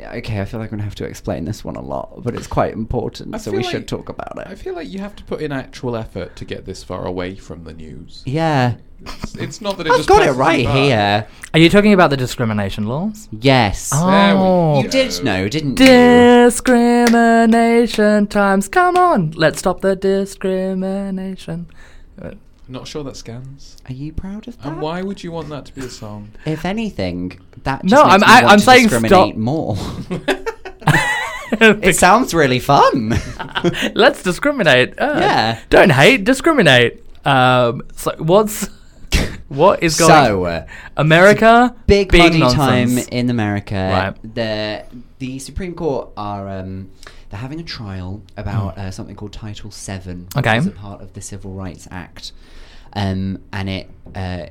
B: okay, I feel like I'm going to have to explain this one a lot, but it's quite important,
C: I
B: so
C: feel
B: we
C: like-
B: should talk about it.
C: I feel like you have to put in actual effort to get this far away from the news.
B: yeah.
C: It's, it's not that it
B: I've
C: just
B: got it
C: passes you
B: right
C: by.
B: here.
A: Are you talking about the discrimination laws?
B: Yes.
C: There we
A: Oh.
C: go.
B: You did know, didn't you?
A: Discrimination times. Come on, let's stop the
B: *laughs*
A: discrimination. Uh,
C: Not sure that scans.
B: Are you proud of that?
C: And why would you want that to be a song?
B: If anything, that just
A: No,
B: makes
A: I'm-
B: me
A: I-
B: want
A: I'm
B: to
A: saying
B: discriminate
A: stop. *laughs*
B: more. it
A: because-
B: sounds really fun.
A: Let's discriminate. Uh,
B: Yeah.
A: Don't hate, discriminate. Um, so what's what is going?
B: so, uh,
A: America,
B: big,
A: big
B: bloody time
A: nonsense.
B: in America.
A: Right.
B: The the Supreme Court are um, they're having a trial about uh, something called Title Seven, which
A: Hmm. Okay.
B: is a part of the Civil Rights Act, um, and it. Uh,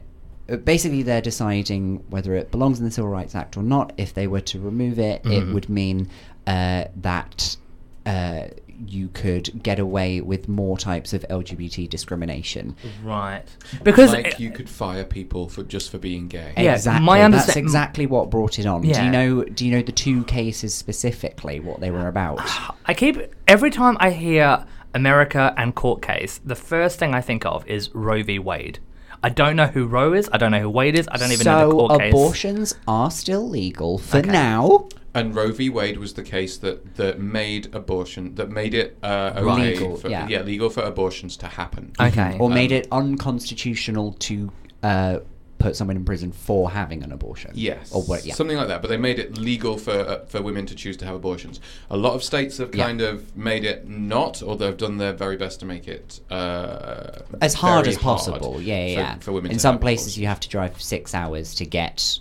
B: Basically, they're deciding whether it belongs in the Civil Rights Act or not. If they were to remove it,
A: Mhm.
B: it would mean uh, that uh, you could get away with more types of LGBT discrimination.
A: Right. Because
C: like you could fire people for just for being gay.
A: Yeah,
B: exactly.
A: my
B: That's
A: understa-
B: exactly what brought it on. Do
A: Yeah.
B: you know? Do you know the two cases specifically? What they were
C: *sighs*
B: about?
A: I keep every time I hear America and court case, the first thing I think of is Roe v. Wade. I don't know who Roe is. I don't know who Wade is. I don't even know the
B: so
A: court case.
B: abortions are still legal for now.
C: And Roe v. Wade was the case that, that made abortion that made it uh, okay
B: Legal,
C: for,
B: yeah.
C: legal for abortions to happen.
A: Okay.
B: Or made it unconstitutional to uh, put someone in prison for having an abortion.
C: Yes,
B: Or what? Yeah.
C: something like that. But they made it legal for uh, for women to choose to have abortions. A lot of states have
B: Yeah.
C: kind of made it not, or they've done their very best to make it uh,
B: as hard
C: very
B: as possible. Yeah, yeah.
C: for,
B: yeah.
C: for women.
B: in
C: to
B: some
C: have
B: places,
C: abortions.
B: you have to drive six hours to get.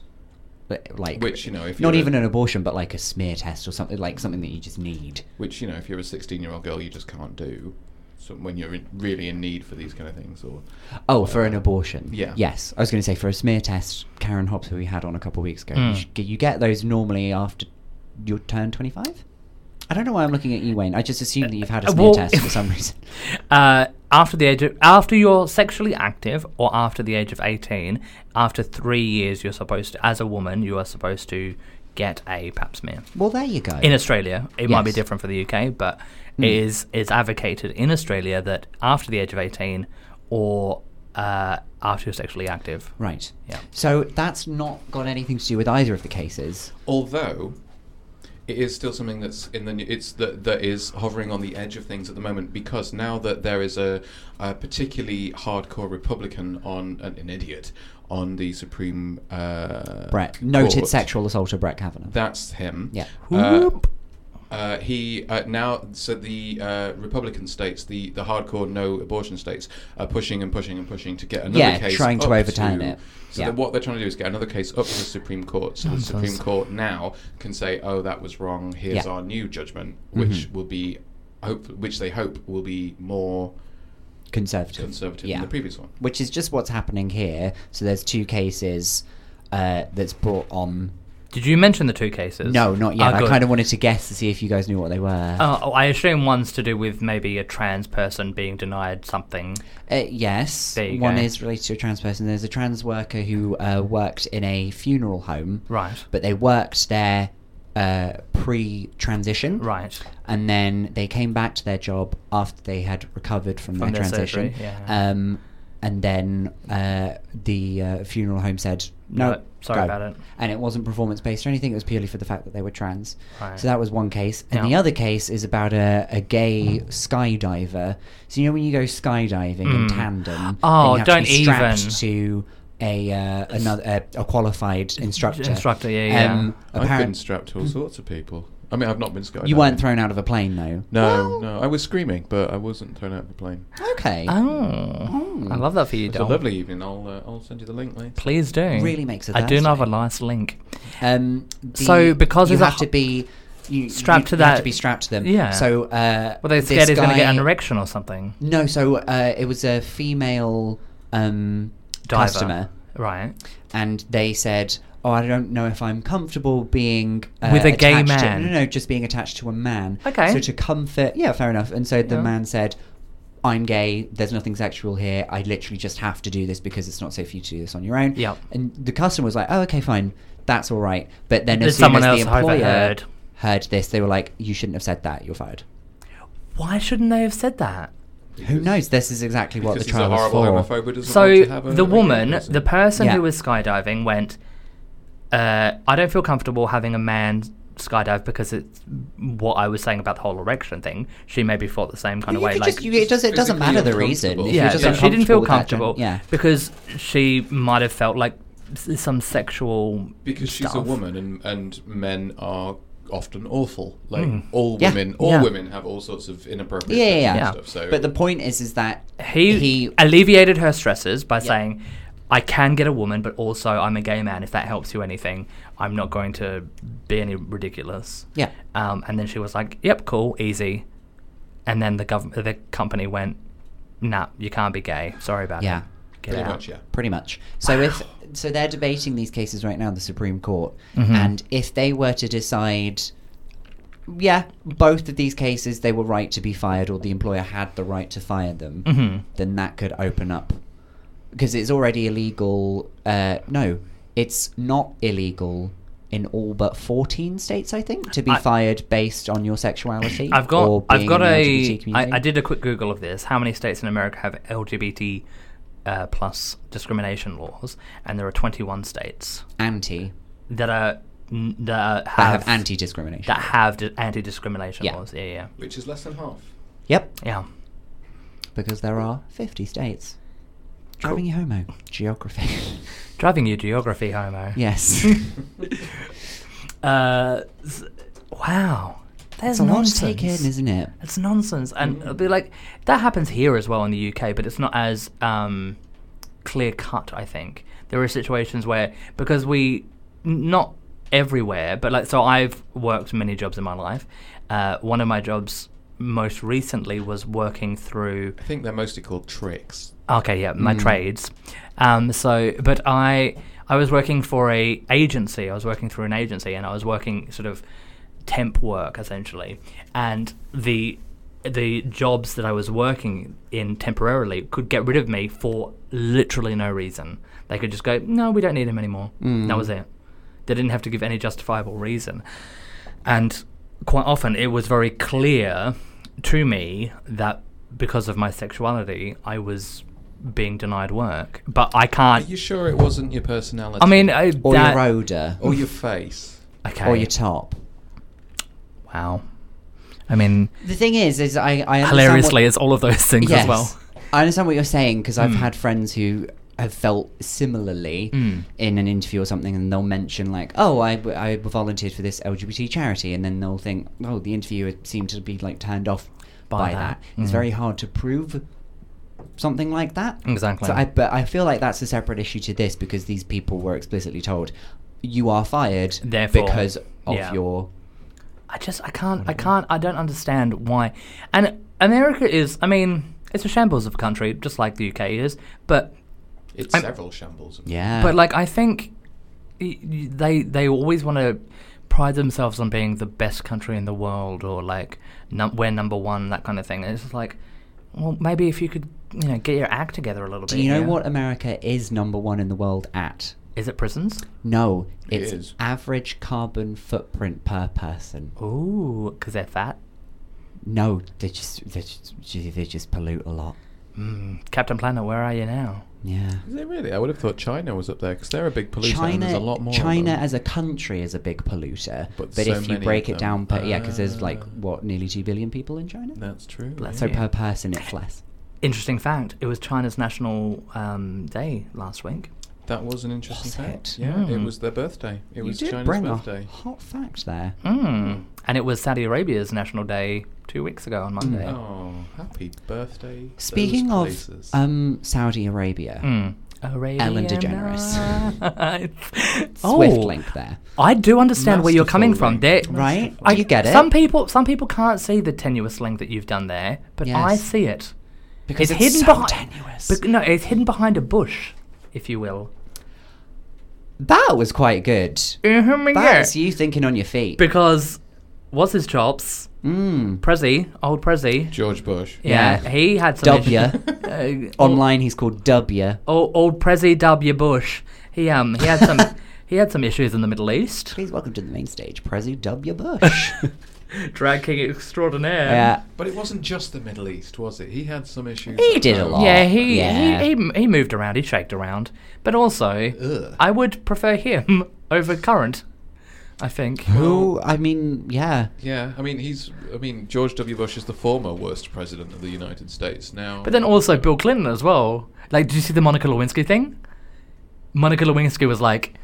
B: uh, Like
C: Which, you know, if
B: not
C: you're a-
B: even an abortion, but like a smear test or something like something that you just need.
C: which you know, if you're a 16 year old girl, you just can't do. So when you're in, really in need for these kind of things, or
B: Oh, for an abortion.
C: yeah.
B: Yes, I was going to say for a smear test, Karen Hobbs, who we had on a couple of weeks ago,
A: Mm.
B: you, should get- you get those normally after your turn twenty-five. I don't know why I'm looking at you, Wayne. I just assumed that you've had a
A: Uh,
B: smear
A: well-
B: test for some reason.
A: Uh, after the age of after you're sexually active or after the age of 18 after three years you're supposed to as a woman you are supposed to get a pap smear
B: Well, there you go.
A: in australia it might be
B: Yes.
A: different for the uk but it
B: Mm.
A: is it's advocated in australia that after the age of 18 or uh, after you're sexually active
B: right.
A: yeah
B: So that's not got anything to do with either of the cases.
C: although it is still something that's in the new- it's that that is hovering on the edge of things at the moment because now that there is a, a particularly hardcore Republican on an, an idiot on the Supreme uh,
B: Brett, noted
C: Court.
B: sexual assaulter Brett Kavanaugh.
C: That's him.
B: Yeah.
C: Uh, Uh, he uh, now so the uh, Republican states, the, the hardcore no abortion states, are pushing and pushing and pushing to get another
B: Yeah,
C: case.
B: trying to
C: up
B: overturn
C: to-
B: it.
C: So
B: Yeah.
C: that what they're trying to do is get another case up to the Supreme Court. So the Supreme Court now can say, "Oh, that was wrong. Here's
B: Yeah. Mm-hmm.
C: our new judgment," which will be, hope, which they hope will be more
B: Conservative.
C: conservative
B: Yeah.
C: than the previous one.
B: Which is just what's happening here. So there's two cases uh, that's brought on.
A: Did you mention the two cases?
B: No, not yet.
A: Oh,
B: I
A: good.
B: kind of wanted to guess to see if you guys knew what they were.
A: Oh, oh, I assume one's to do with maybe a trans person being denied something.
B: Uh, yes,
A: There you
B: one
A: go.
B: is related to a trans person. There's a trans worker who uh, worked in a funeral home,
A: Right.
B: But they worked there uh, pre-transition,
A: Right.
B: And then they came back to their job after they had recovered from,
A: From
B: their,
A: their
B: transition.
A: surgery, yeah.
B: Um, and then uh, the uh, funeral home said, "No,
A: No, sorry
B: go."
A: about it.
B: And it wasn't performance based or anything. It was purely for the fact that they were trans.
A: Right.
B: So that was one case, and
A: Yeah.
B: the other case is about a, a gay skydiver. So you know when you go skydiving in
A: Mm.
B: tandem, and
A: Oh,
B: you have to be
A: don't
B: strapped
A: even.
B: to a uh, another a, a qualified instructor. Um,
A: Instructor, yeah, yeah.
C: I've been
B: apparent-
C: strapped to all sorts of people. I mean, I've not been skydiving.
B: you weren't thrown out of a plane though.
C: No, no. I was screaming, but I wasn't thrown out of the plane.
B: Okay.
A: Oh, I love that for you,
C: It's a
A: Dom.
C: lovely evening. I'll uh, I'll send you the link later.
A: Please do.
B: Really makes it
A: I do love a
B: fascinating.
A: nice link.
B: Um, the-
A: So, because
B: you
A: there's a
B: have to
A: ho-
B: be you,
A: Strapped
B: you
A: to
B: have
A: that-
B: to be strapped to them.
A: Yeah.
B: So uh,
A: Well, they're
B: this
A: scared he's going to get
B: guy-
A: an erection or something.
B: No, so uh, it was a female um,
A: Diver.
B: customer.
A: Right.
B: and they said, "Oh, I don't know if I'm comfortable being uh,
A: With a gay
B: attached to-
A: man.
B: no, no, no, just being attached to a man."
A: Okay.
B: So to comfort, yeah, fair enough. And so the
A: Yeah.
B: man said, "I'm gay. There's nothing sexual here. I literally just have to do this because it's not safe for you to do this on your own."
A: Yep.
B: And the customer was like, "Oh, okay, fine. That's all right." But then
A: Did
B: as soon
A: someone
B: as the
A: else
B: employer
A: overheard?
B: heard this, they were like, "You shouldn't have said that. You're fired."
A: Why shouldn't they have said that?
B: Who knows? This is exactly what the
C: Because he's
B: trial
C: a horrible
B: was for.
C: homophobe who doesn't want
A: So
C: to have a-
A: the
C: a gay
A: woman,
C: person.
A: the person
B: Yeah.
A: who was skydiving, went. Uh, I don't feel comfortable having a man skydive because it's what I was saying about the whole erection thing. She maybe felt the same kind of
B: You
A: way.
B: could
A: like
B: just- you- it, does, it doesn't
C: physically
B: matter the reason.
C: uncomfortable.
B: If
A: yeah,
B: you're just
A: so she didn't feel
B: uncomfortable with that,
A: comfortable.
B: then- yeah.
A: because she might have felt like s- some sexual
C: because she's a
A: stuff.
C: woman, and and men are often awful. Like all
B: Hmm. Yeah.
C: women, all
A: Yeah.
C: women have all sorts of inappropriate
B: yeah, yeah,
C: things
B: yeah.
A: Yeah.
C: and stuff. So,
B: But the point is, is that
A: He,
B: he
A: alleviated her stresses by saying, "I can get a woman, but also I'm a gay man. If that helps you anything, I'm not going to be any ridiculous."
B: yeah,
A: Um, and then she was like, "Yep, cool, easy." And then the gov- the company went, "Nah, you can't be gay. Sorry about
B: Yeah.
A: it. Get
C: pretty
A: out."
C: much, yeah.
B: pretty much. So if so, they're debating these cases right now in the Supreme Court,
A: Mm-hmm.
B: and if they were to decide. Yeah, both of these cases, they were right to be fired, or the employer had the right to fire them.
A: Mm-hmm.
B: Then that could open up because it's already illegal. Uh, no, it's not illegal in all but fourteen states, I think, to be
A: I-
B: fired based on your sexuality.
A: I've
B: or
A: got I've
B: being
A: got
B: in the
A: a
B: LGBT
A: I,
B: community.
A: I did a quick Google of this. How many states in America have LGBT uh, plus discrimination laws? And there are 21 states
B: anti
A: that are n- that
B: that have,
A: have
B: anti discrimination.
A: that have di- anti-discrimination
B: Yeah.
A: laws. Yeah, yeah,
C: Which is less
B: *laughs*
C: than half.
B: Yep,
A: yeah.
B: because there are fifty states.
A: Cool.
B: Driving you homo *laughs* geography.
A: Driving you geography, homo.
B: yes,
A: *laughs* Uh, s- wow. There's
B: it's a lot to
A: nonsense.
B: take in, isn't it?
A: It's nonsense, and it'll be like that happens here as well in the UK, but it's not as um, clear cut. I think there are situations where because we n- not everywhere, but like so, I've worked many jobs in my life. Uh, one of my jobs most recently was working through.
C: I think they're mostly called tricks.
A: Okay, yeah, my trades. Um, so, but I I was working for a agency. I was working through an agency, and I was working sort of temp work essentially. And the the jobs that I was working in temporarily could get rid of me for literally no reason. They could just go, no, we don't need him anymore. That was it. They didn't have to give any justifiable reason and quite often it was very clear to me that because of my sexuality I was being denied work but I
C: Are
A: can't
C: you sure it wasn't your personality?
A: I mean I,
B: Or
A: that,
B: your odor,
C: or your face.
A: okay
B: or your top.
A: wow I mean
B: The thing is, is I, I understand what-
A: hilariously it's all of those things as well Hmm.
B: I understand what you're saying because I've had friends who have felt similarly
A: Hmm.
B: in an interview or something, and they'll mention like, "Oh, I, w- I volunteered for this LGBT charity," and then they'll think, "Oh, the interviewer seemed to be like turned off by,
A: By
B: that."
A: that.
B: It's
A: Mm.
B: very hard to prove something like that.
A: Exactly.
B: So I, but I feel like that's a separate issue to this because these people were explicitly told, "You are fired,"
A: Therefore,
B: because of
A: yeah.
B: your
A: I just I can't I
B: Mm.
A: can't I don't understand why. And America is I mean it's a shambles of a country just like the UK is, but
C: It's
A: I'm-
C: several shambles.
B: yeah.
A: but like I think y- y- they they always want to pride themselves on being the best country in the world or like num- we're number one that kind of thing. And it's just like, well, maybe if you could you know get your act together a little
B: do
A: bit.
B: you know
A: yeah.
B: what America is number one in the world at?
A: Is it prisons?
B: No,
C: It
B: it's
C: is. Oh.
B: average carbon footprint per person.
A: Ooh, 'cause they're fat.
B: No, they just they just they just pollute a lot.
A: Mm. Captain Planet, where are you now?
B: Yeah.
C: Is it really? I would have thought China was up there because they're a big polluter and
B: China,
C: there's a lot more. of
B: China
C: them.
B: as a country is a big polluter,
C: But
B: but,
C: so
B: if you
C: many
B: break
C: of
B: it
C: them.
B: down per yeah, because there's like
C: Ah.
B: what nearly two billion people in China.
C: That's true.
A: Bless
B: so
A: yeah.
B: per person, it's less.
A: Interesting fact. It was China's national um, day last week.
C: That was an interesting
B: Was
C: fact.
B: it? Hmm.
C: Yeah, it
A: Mm.
C: was their birthday. It was
B: you did
C: China's
B: bring
C: birthday. Hmm?
B: a hot fact there.
A: Mm. And it was Saudi Arabia's national day two weeks ago on
B: Mm.
A: Monday.
C: Oh, happy birthday! those
B: Speaking of
C: places. Hmm.
B: um, Saudi Arabia,
A: Mm. Arabian
B: Ellen DeGeneres.
A: Nights.
B: *laughs* swift
C: Oh,
B: link there.
A: I do understand where you're coming
C: Masterful
A: from. There,
C: link.
B: Right?
A: I,
B: you get it.
A: Some people, some people can't see the tenuous link that you've done there, but I
B: Yes.
A: see it.
B: because it's,
A: hidden
B: so
A: behind.
B: tenuous.
A: bec- no, it's hidden behind a bush, if you will.
B: that was quite good. That's you thinking on your feet.
A: Because what's his chops?
B: Mm.
A: Prezi, old Prezi.
C: George Bush.
A: Yeah,
B: Yeah.
A: he had some
B: W.
A: *laughs*
B: *laughs*
A: issues. Uh,
B: Online, he's called W.
A: old, old Prezi W. Bush. He um he had some *laughs* he had some issues in the Middle East.
B: Please welcome to the main stage, Prezi
A: *laughs*
B: W. Bush.
A: Um, Drag king extraordinaire.
B: yeah.
C: But it wasn't just the Middle East, was it? He had some issues.
B: He
C: at
B: did a
C: home.
B: lot.
A: Yeah, he,
B: Oh, Yeah.
A: he he he moved around, he shaked around, but also
C: Ugh.
A: I would prefer him *laughs* over current. I think.
B: Who? I mean, yeah.
C: Yeah, I mean he's. I mean George W. Bush is the former worst president of the United States. Now,
A: But then also Bill Clinton as well. Like, did you see the Monica Lewinsky thing? Monica Lewinsky was like,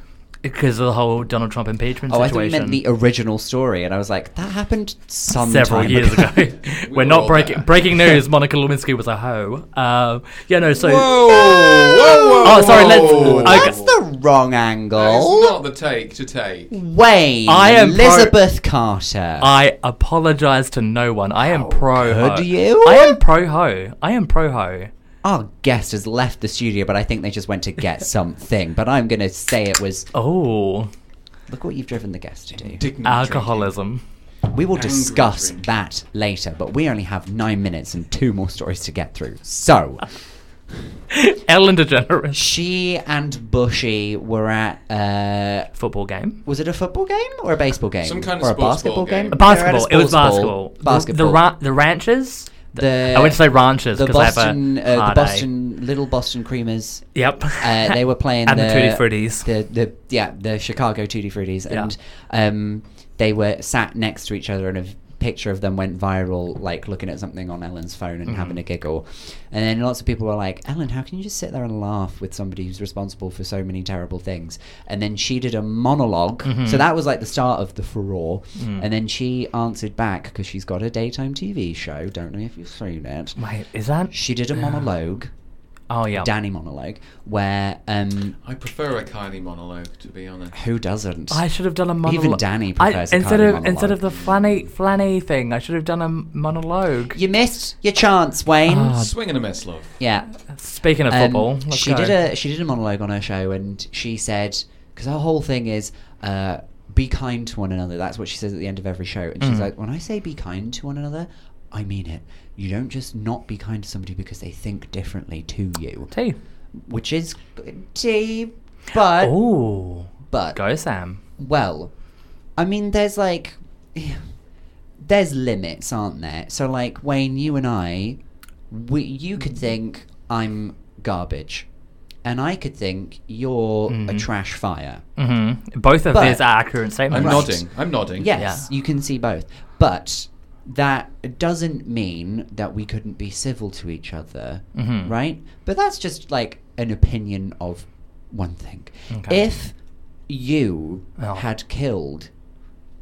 A: because of the whole Donald Trump impeachment
B: Oh, I thought you
A: situation.
B: meant the original story, and I was like, that happened some
A: several
B: time
A: years
B: *laughs*
A: ago. *laughs*
C: We
A: We're
C: were
A: not
C: all
A: breaking
C: there. *laughs*
A: breaking news. Monica Lewinsky was a hoe. Uh, yeah, no. So
C: Whoa! Whoa! Whoa!
A: Oh, sorry, let's-
C: whoa.
A: okay.
B: That's the wrong
C: That is
B: angle.
C: not the take to take.
B: Wayne.
A: I am pro-
B: Elizabeth Carter.
A: I apologize to no one. I am pro ho.
B: could you?
A: I am pro ho. I am pro ho.
B: Our guest has left the studio, but I think they just went
A: *laughs*
B: to get something. But I'm going to say it was
A: Oh,
B: look what you've driven the guest to do.
C: Indignant
A: alcoholism. *laughs*
B: We will
C: Angry
B: discuss
C: drink.
B: that later, but we only have nine minutes and two more stories to get through. So,
A: Ellen DeGeneres
B: she and Bushy were at uh,
A: football game. Uh,
B: was it a football game or a baseball game?
C: Some kind of
B: or a
C: sports
B: basketball
C: ball game.
B: game.
C: A
B: They were at
A: Basketball. It was
B: sports
A: basketball.
B: ball.
A: The-
B: Basketball.
A: The, ra- the ranchers.
B: The-
A: I went to say ranchers
B: the
A: because I have
B: Boston,
A: a
B: uh, the
A: hard A.
B: Boston, little Boston Creamers.
A: Yep.
B: Uh, they were
A: *laughs*
B: playing
A: and the,
B: the
A: Tutti Fruttis.
B: The, the yeah, the Chicago Tutti Fruttis,
A: Yeah.
B: and um, they were sat next to each other, and a v- picture of them went viral, like looking at something on Ellen's phone and having
A: Mm-hmm.
B: a giggle, and then lots of people were like, "Ellen, how can you just sit there and laugh with somebody who's responsible for so many terrible things?" And then she did a monolog
A: Mm-hmm.
B: so that was like the start of the furore,
A: Mm.
B: and then she answered back because she's got a daytime TV show. Don't know if you've seen it.
A: Wait, is that?
B: She did a monologue.
A: *gasps* Oh yeah.
B: Danny monologue, where um,
C: I prefer a Kylie monologue, to be honest.
B: who doesn't?
A: I should have done a monologue.
B: Danny
A: I-
B: prefers a
A: instead
B: Cardi
A: of
B: monologue.
A: instead of the flanny flanny thing. I should have done a monologue.
B: You missed your chance, Wayne.
A: Ah,
C: Swing and a miss, love.
B: yeah.
A: Speaking of
B: Um,
A: football, let's
B: she
A: go.
B: did a she did a monologue on her show, and she said because her whole thing is uh, be kind to one another. That's what she says at the end of every show, and
A: Mm.
B: she's like, when I say be kind to one another, I mean it. You don't just not be kind to somebody because they think differently to you,
A: tea.
B: which is tea, but
A: Oh, Ooh,
B: but
A: go Sam.
B: Well, I mean, there's like, there's limits, aren't there? So, like, Wayne, you and I, we, you could think I'm garbage, and I could think you're a trash fire.
A: hmm Both of
B: But-
A: these are accurate
C: I'm
A: statements.
B: Right.
C: nodding. I'm nodding.
B: Yes, you can see both, but that
A: Mm-hmm.
B: doesn't mean that we couldn't be civil to each other, right? But that's just like an opinion of one thing.
A: Okay.
B: If you
A: Oh.
B: had killed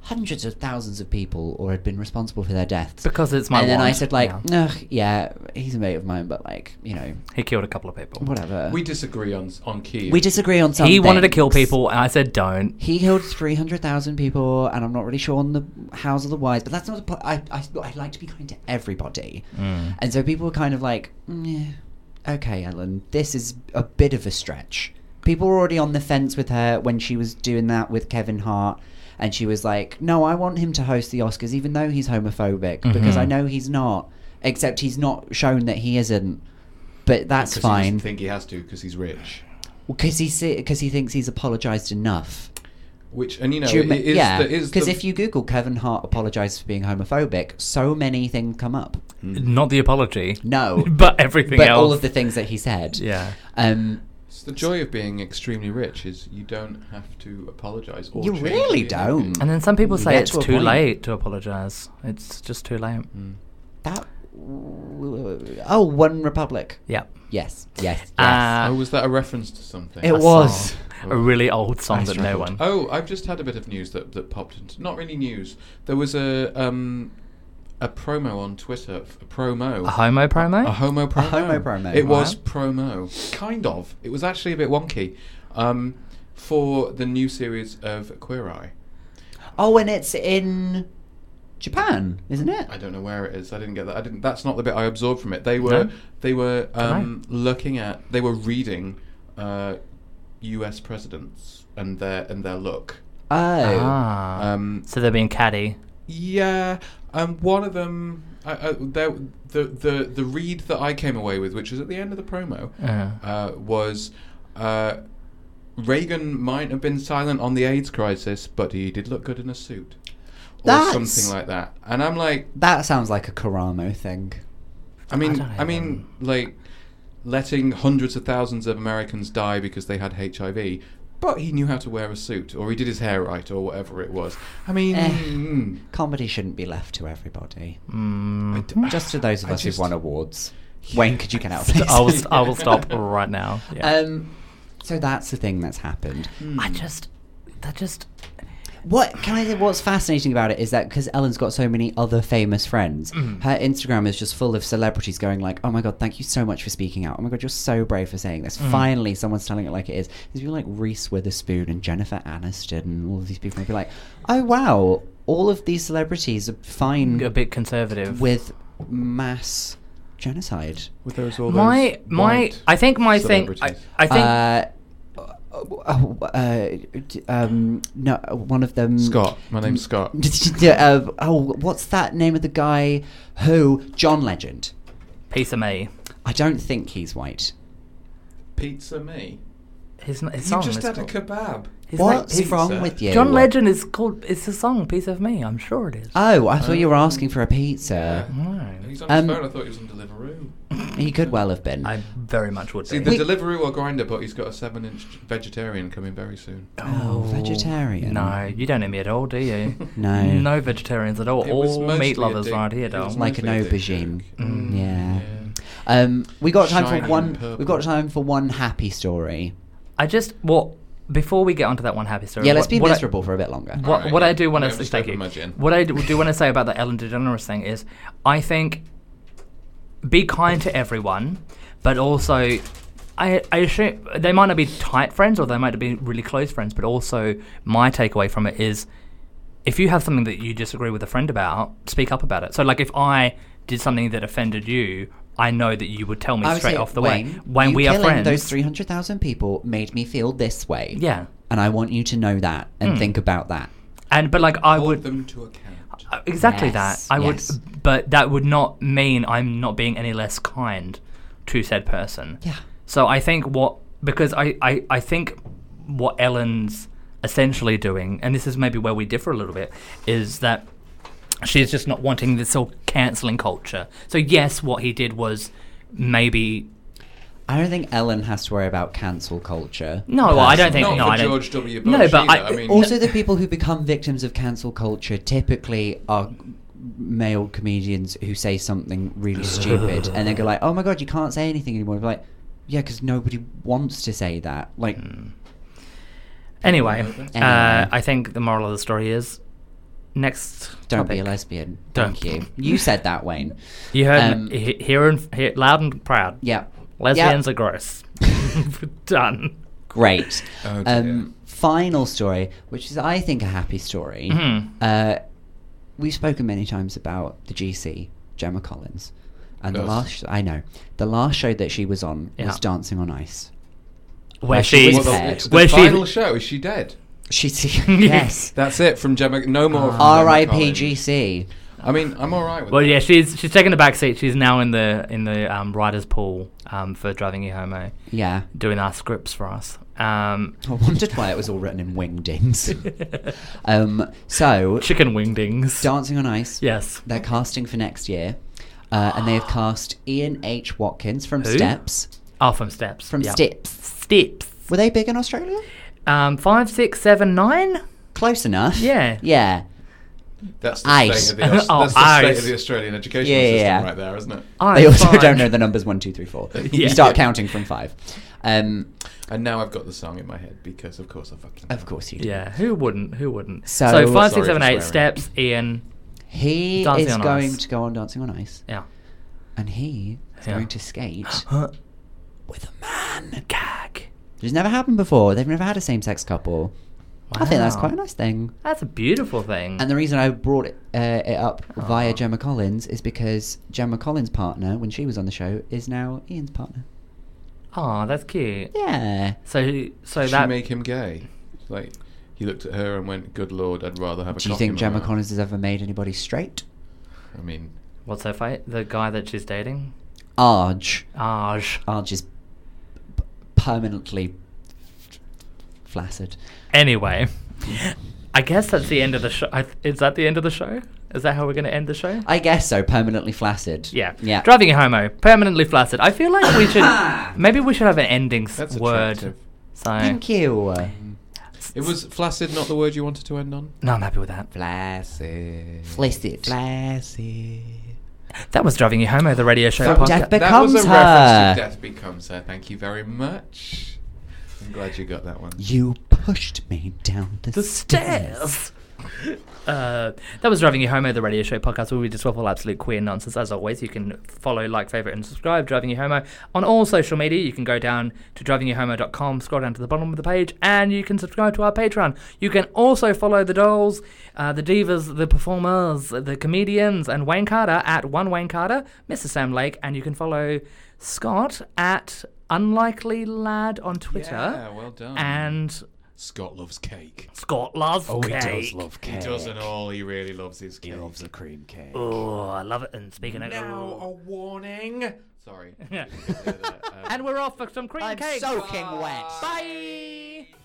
B: hundreds of thousands of people or had been responsible for their deaths,
A: Because it's my
B: and then I
A: want,
B: said like,
A: yeah.
B: ugh, yeah, he's a mate of mine, but like, you know,
A: He killed a couple of people.
B: whatever.
C: We disagree on on key.
B: we disagree on something.
A: He wanted to kill people, and I said don't.
B: He killed 300,000 people, and I'm not really sure on the hows or the whys, but that's not the point. I, I, I like to be kind to everybody.
A: Mm.
B: And so people were kind of like, "Mm, yeah, okay, Ellen, this is a bit of a stretch. People were already on the fence with her when she was doing that with Kevin Hart. And she was like, no, I want him to host the Oscars, even though he's homophobic,
C: Mm-hmm.
B: because
A: Mhm.
B: I know he's not. Except he's not shown that he isn't. But that's
C: Because He
B: fine.
C: doesn't think he has to because he's rich.
B: Because he, cause he thinks he's apologised enough.
C: Which and you know
B: Do you
C: it
B: rem-
C: is
B: yeah,
C: the- is
B: because
C: the-
B: if you Google Kevin Hart apologized for being homophobic, so many things come up.
C: Hmm.
A: Not the apology.
B: No,
A: *laughs* But everything
B: but
A: else.
B: all of the things that he said.
A: Yeah.
B: Um,
C: It's the joy of being extremely rich is you don't have to apologize or
B: You
C: change
B: really
C: your behaviour.
B: don't.
A: And then some people
B: You
A: say
B: get
A: it's
B: to a
A: too
B: point. Mm.
A: late to apologize. It's just too late.
C: Hmm.
B: that. Oh, One Republic.
A: Yeah.
B: Yes, yes, yes.
A: Uh,
C: oh, was that a reference to something?
B: It
A: a
B: was.
A: song, a really old song
B: I
A: that no one.
B: struggled.
C: Oh, I've just had a bit of news that, that popped into. Not really news. There was a um, a promo on Twitter. f- A promo.
A: A homo promo?
C: A homo promo.
B: homo promo,
C: It was
B: wow.
C: promo. Kind of. It was actually a bit wonky. Um, for the new series of Queer Eye.
B: oh, and it's in Japan, isn't it?
C: I don't know where it is. I didn't get that. I didn't. That's not the bit I absorbed from it. They were
A: No?
C: they were
A: know.
C: um, looking at they were reading uh, U.S. presidents and their and their look.
B: Oh,
A: Ah.
C: Um,
A: so they're being catty.
C: Yeah, um, one of them. I, I, there, the the the read that I came away with, which was at the end of the promo,
A: Uh,
C: uh, was uh, Reagan might have been silent on the AIDS crisis, but he did look good in a suit, or
B: That's-
C: something like that. And I'm like,
B: that sounds like a Karamo thing.
C: I mean,
A: don't
C: I, mean, like letting hundreds of thousands of Americans die because they had HIV. But he knew how to wear a suit, or he did his hair right, or whatever it was. I mean,
B: Eh.
C: mm,
B: Comedy shouldn't be left to everybody.
C: I
A: mm,
C: d-
B: Just to those of
C: I
B: us
C: just-
B: who've won awards. Wayne, could you get out? please?
A: *laughs*
B: *laughs*
A: I, will, s- I will stop right now. Yeah. Mm.
B: Um, so that's the thing that's happened.
C: Hmm.
A: I just. That just.
B: What can I say? What's fascinating about it is that because Ellen's got so many other famous friends,
A: Mm-hmm.
B: her Instagram is just full of celebrities going like, "Oh my god, thank you so much for speaking out. Oh my god, you're so brave for saying this.
A: Mm.
B: Finally, someone's telling it like it is." There's people like Reese Witherspoon and Jennifer Aniston and all of these people. would be like, "Oh wow, all of these celebrities are fine
A: A bit conservative.
B: with mass genocide."
C: Well, there was all
A: my
C: those
A: my
C: white
A: I think my thing I,
C: celebrities.
A: I think
B: Uh, uh, uh, d- um, no, one of them.
C: Scott.
B: *laughs*
C: My name's Scott.
B: uh, oh, what's that name of the guy who John Legend?
A: piece of me.
B: I don't think he's white.
C: Pizza me.
A: His, his
C: You
A: song
C: just
A: is
C: had
A: called-
C: a kebab.
A: his
B: What's
A: name- his-
B: wrong
C: pizza.
B: with you?
A: John Legend is called. It's a song, "Piece of Me." I'm sure it is.
B: Oh, I
C: Uh,
B: thought you were asking for a pizza.
A: Right.
C: He's on
B: uh, Um,
C: his phone. I thought he was on Deliveroo.
B: He could well have been.
A: I very much would
C: See,
A: be.
C: the
B: We-
C: Deliveroo or Grinder, but he's got a seven-inch vegetarian coming very soon.
B: Oh, vegetarian.
A: No, you don't know me at all, do you?
B: *laughs* No.
A: No vegetarians at all.
C: It was
A: Oh, all
C: mostly
A: meat
C: a
A: lovers
C: dick-
A: right here,
C: it was
A: darling.
B: Like an
C: mostly a dick
B: aubergine.
C: joke.
A: Mm.
B: Yeah.
C: Yeah.
B: Um, we got time
C: Shiny
B: for
C: and
B: one.
C: purple.
B: We've got time for one happy story.
A: I just well before we get onto that one happy story.
B: Yeah, let's
A: what-
B: be
A: what I-
B: miserable for a bit longer.
A: What,
C: Alright,
A: what
C: yeah.
A: I do want
C: Yeah, I'm
A: to
C: just
A: thank
C: open
A: you.
C: my gin.
A: What I do, do want to say about the Ellen DeGeneres thing is, I think be kind to everyone, but also I I assume they might not be tight friends or they might be really close friends, but also my takeaway from it is if you have something that you disagree with a friend about, speak up about it. So like if I did something that offended you, I know that you would tell me
B: I would
A: straight
B: say,
A: off the
B: Wayne,
A: way. When
B: you
A: we are
B: killing
A: friends,
B: Those 300,000 people made me feel this way.
A: yeah,
B: And I want you to know that and
A: Hmm.
B: think about that.
A: and but like I
C: Hold
A: would
C: them to account.
A: Uh, Exactly
B: Yes,
A: that. I
B: yes.
A: would, but that would not mean I'm not being any less kind to said person.
B: Yeah.
A: So I think what because I I, I think what Ellen's essentially doing, and this is maybe where we differ a little bit, is that she's just not wanting this whole cancelling culture. So yes, what he did was maybe
B: I don't think Ellen has to worry about cancel culture.
A: no. well, I don't think
C: Not
A: no.
C: for
A: I don't,
C: George W.
A: No,
C: Bush
A: but I-
C: either. I mean-
B: Also, the people who become victims of cancel culture typically are male comedians who say something really stupid and then go like, oh my god, you can't say anything anymore. Like, Yeah, because nobody wants to say that. Like,
A: Hmm. Mm. Anyway,
C: Anyway.
A: uh, I think the moral of the story is next.
B: don't be
A: topic.
B: a lesbian.
A: Don't.
B: Thank you. You said that, Wayne.
A: You heard
B: Um,
A: me, he- here and here, loud and proud.
B: Yeah.
A: Lesbians
B: Yeah.
A: are gross. *laughs* Done. *laughs*
B: Great.
C: Oh, dear.
B: um, final story, which is, I think, a happy story.
A: Mhm.
B: Uh, we've spoken many times about the GC, Gemma Collins. And the
C: Yes.
B: last, I know, the last show that she was on
A: Yeah.
B: was Dancing on Ice.
A: Where
B: she
A: she,
B: was
C: the,
B: dead.
C: the
A: where she,
C: final show is she dead?
B: She, yes.
C: That's it from Gemma. No more. from Oh, Gemma
B: R.I.P.
C: Collins.
B: GC.
C: I mean, I'm all right with.
A: well,
C: that.
A: yeah, she's she's taken the back seat. She's now in the in the um, writers' pool um, for driving you homo,
B: Yeah.
A: doing our scripts for us. Um,
B: I
A: *laughs*
B: wondered why it was all written in wingdings. um, so,
A: chicken wingdings.
B: Dancing on Ice.
A: Yes.
B: They're casting for next year. Uh, and they have cast Ian H. Watkins from
A: Who?
B: Steps.
A: Oh, from steps.
B: From
A: yeah.
B: Steps.
A: Steps.
B: Were they big in Australia?
A: Um, five, six, seven, nine.
B: Close enough.
A: Yeah.
B: Yeah.
C: That's the
B: Ice.
C: state of
A: *laughs*
C: the, Aus-
A: Oh,
C: that's the state
A: ice.
C: of the Australian education
B: Yeah, yeah,
C: system
B: yeah.
C: right there, isn't it?
A: I
B: They also
A: five.
B: don't know the numbers one, two,
A: *laughs*
B: three, four. You
A: Yeah.
B: start counting from five. Um,
C: And now I've got the song in my head because, of course, I fucking.
B: of course you do.
A: Yeah, who wouldn't? Who wouldn't?
B: So-
A: So, five, six,
C: Sorry
A: seven,
C: for
A: eight
C: swearing.
A: steps. Ian.
B: He
A: Dancing
B: is
A: on
B: going
A: Ice.
B: to go on Dancing on Ice.
A: *gasps* Yeah.
B: And he is
A: Yeah.
B: going to skate
A: *gasps* Huh.
B: with a man.
A: Gag.
B: It's never happened before. They've never had a same sex couple. I think that's
A: Wow.
B: quite a nice thing.
A: That's a beautiful thing.
B: And the reason I brought it, uh, it up via
A: Aw.
B: Gemma Collins is because Gemma Collins' partner, when she was on the show, is now Ian's partner.
A: oh, that's cute.
B: Yeah.
A: So, so
C: Did she
A: that
C: make him gay? Like he looked at her and went, "Good lord, I'd rather have a."
B: Do you
C: cock in
B: think
C: my
B: Gemma
C: mouth."
B: Collins has ever made anybody straight?
C: I mean,
A: what's her fight? The guy that she's dating.
B: Arj.
A: Arj.
B: Arj is p- permanently flaccid.
A: Anyway, I guess that's the end of the show. Is that the end of the show? Is that how we're going to end the show?
B: I guess so. Permanently flaccid.
A: Yeah.
B: Yeah.
A: Driving a homo, permanently flaccid. I feel like we should
B: *coughs*
A: maybe we should have an ending s-
C: That's
A: word.
C: attractive.
A: So
B: Thank you.
C: it was flaccid, not the word you wanted to end on.
A: No, I'm happy with that.
B: Flaccid. Flaccid. Flaccid.
A: That was driving you homo, the radio show.
B: From
A: podcast.
B: Death
C: that was a
B: Becomes Her.
C: reference to Death Becomes Her. Thank you very much. I'm glad you got that one.
B: You pushed me down the,
A: the stairs. *laughs* Uh, that was Driving You Homo, the radio show podcast where we just waffle absolute queer nonsense. As always, you can follow, like, favorite, and subscribe Driving You Homo on all social media. You can go down to drivingyourhomo.com, scroll down to the bottom of the page, and you can subscribe to our Patreon. You can also follow the dolls, uh, the divas, the performers, the comedians, and Wayne Carter at One Wayne Carter, Mr. Sam Lake, and you can follow Scott at Unlikely Lad on Twitter.
C: Yeah, well done.
A: And
C: Scott loves cake.
A: Scott loves cake.
C: Oh, He doesn't all. He really loves his cake.
B: cream cake.
A: Oh, I love it. And speaking of.
C: Now a warning.
A: *laughs*
C: Sorry. Um,
A: and we're off for some cream
B: I'm
A: cake.
B: soaking wet.
A: Bye.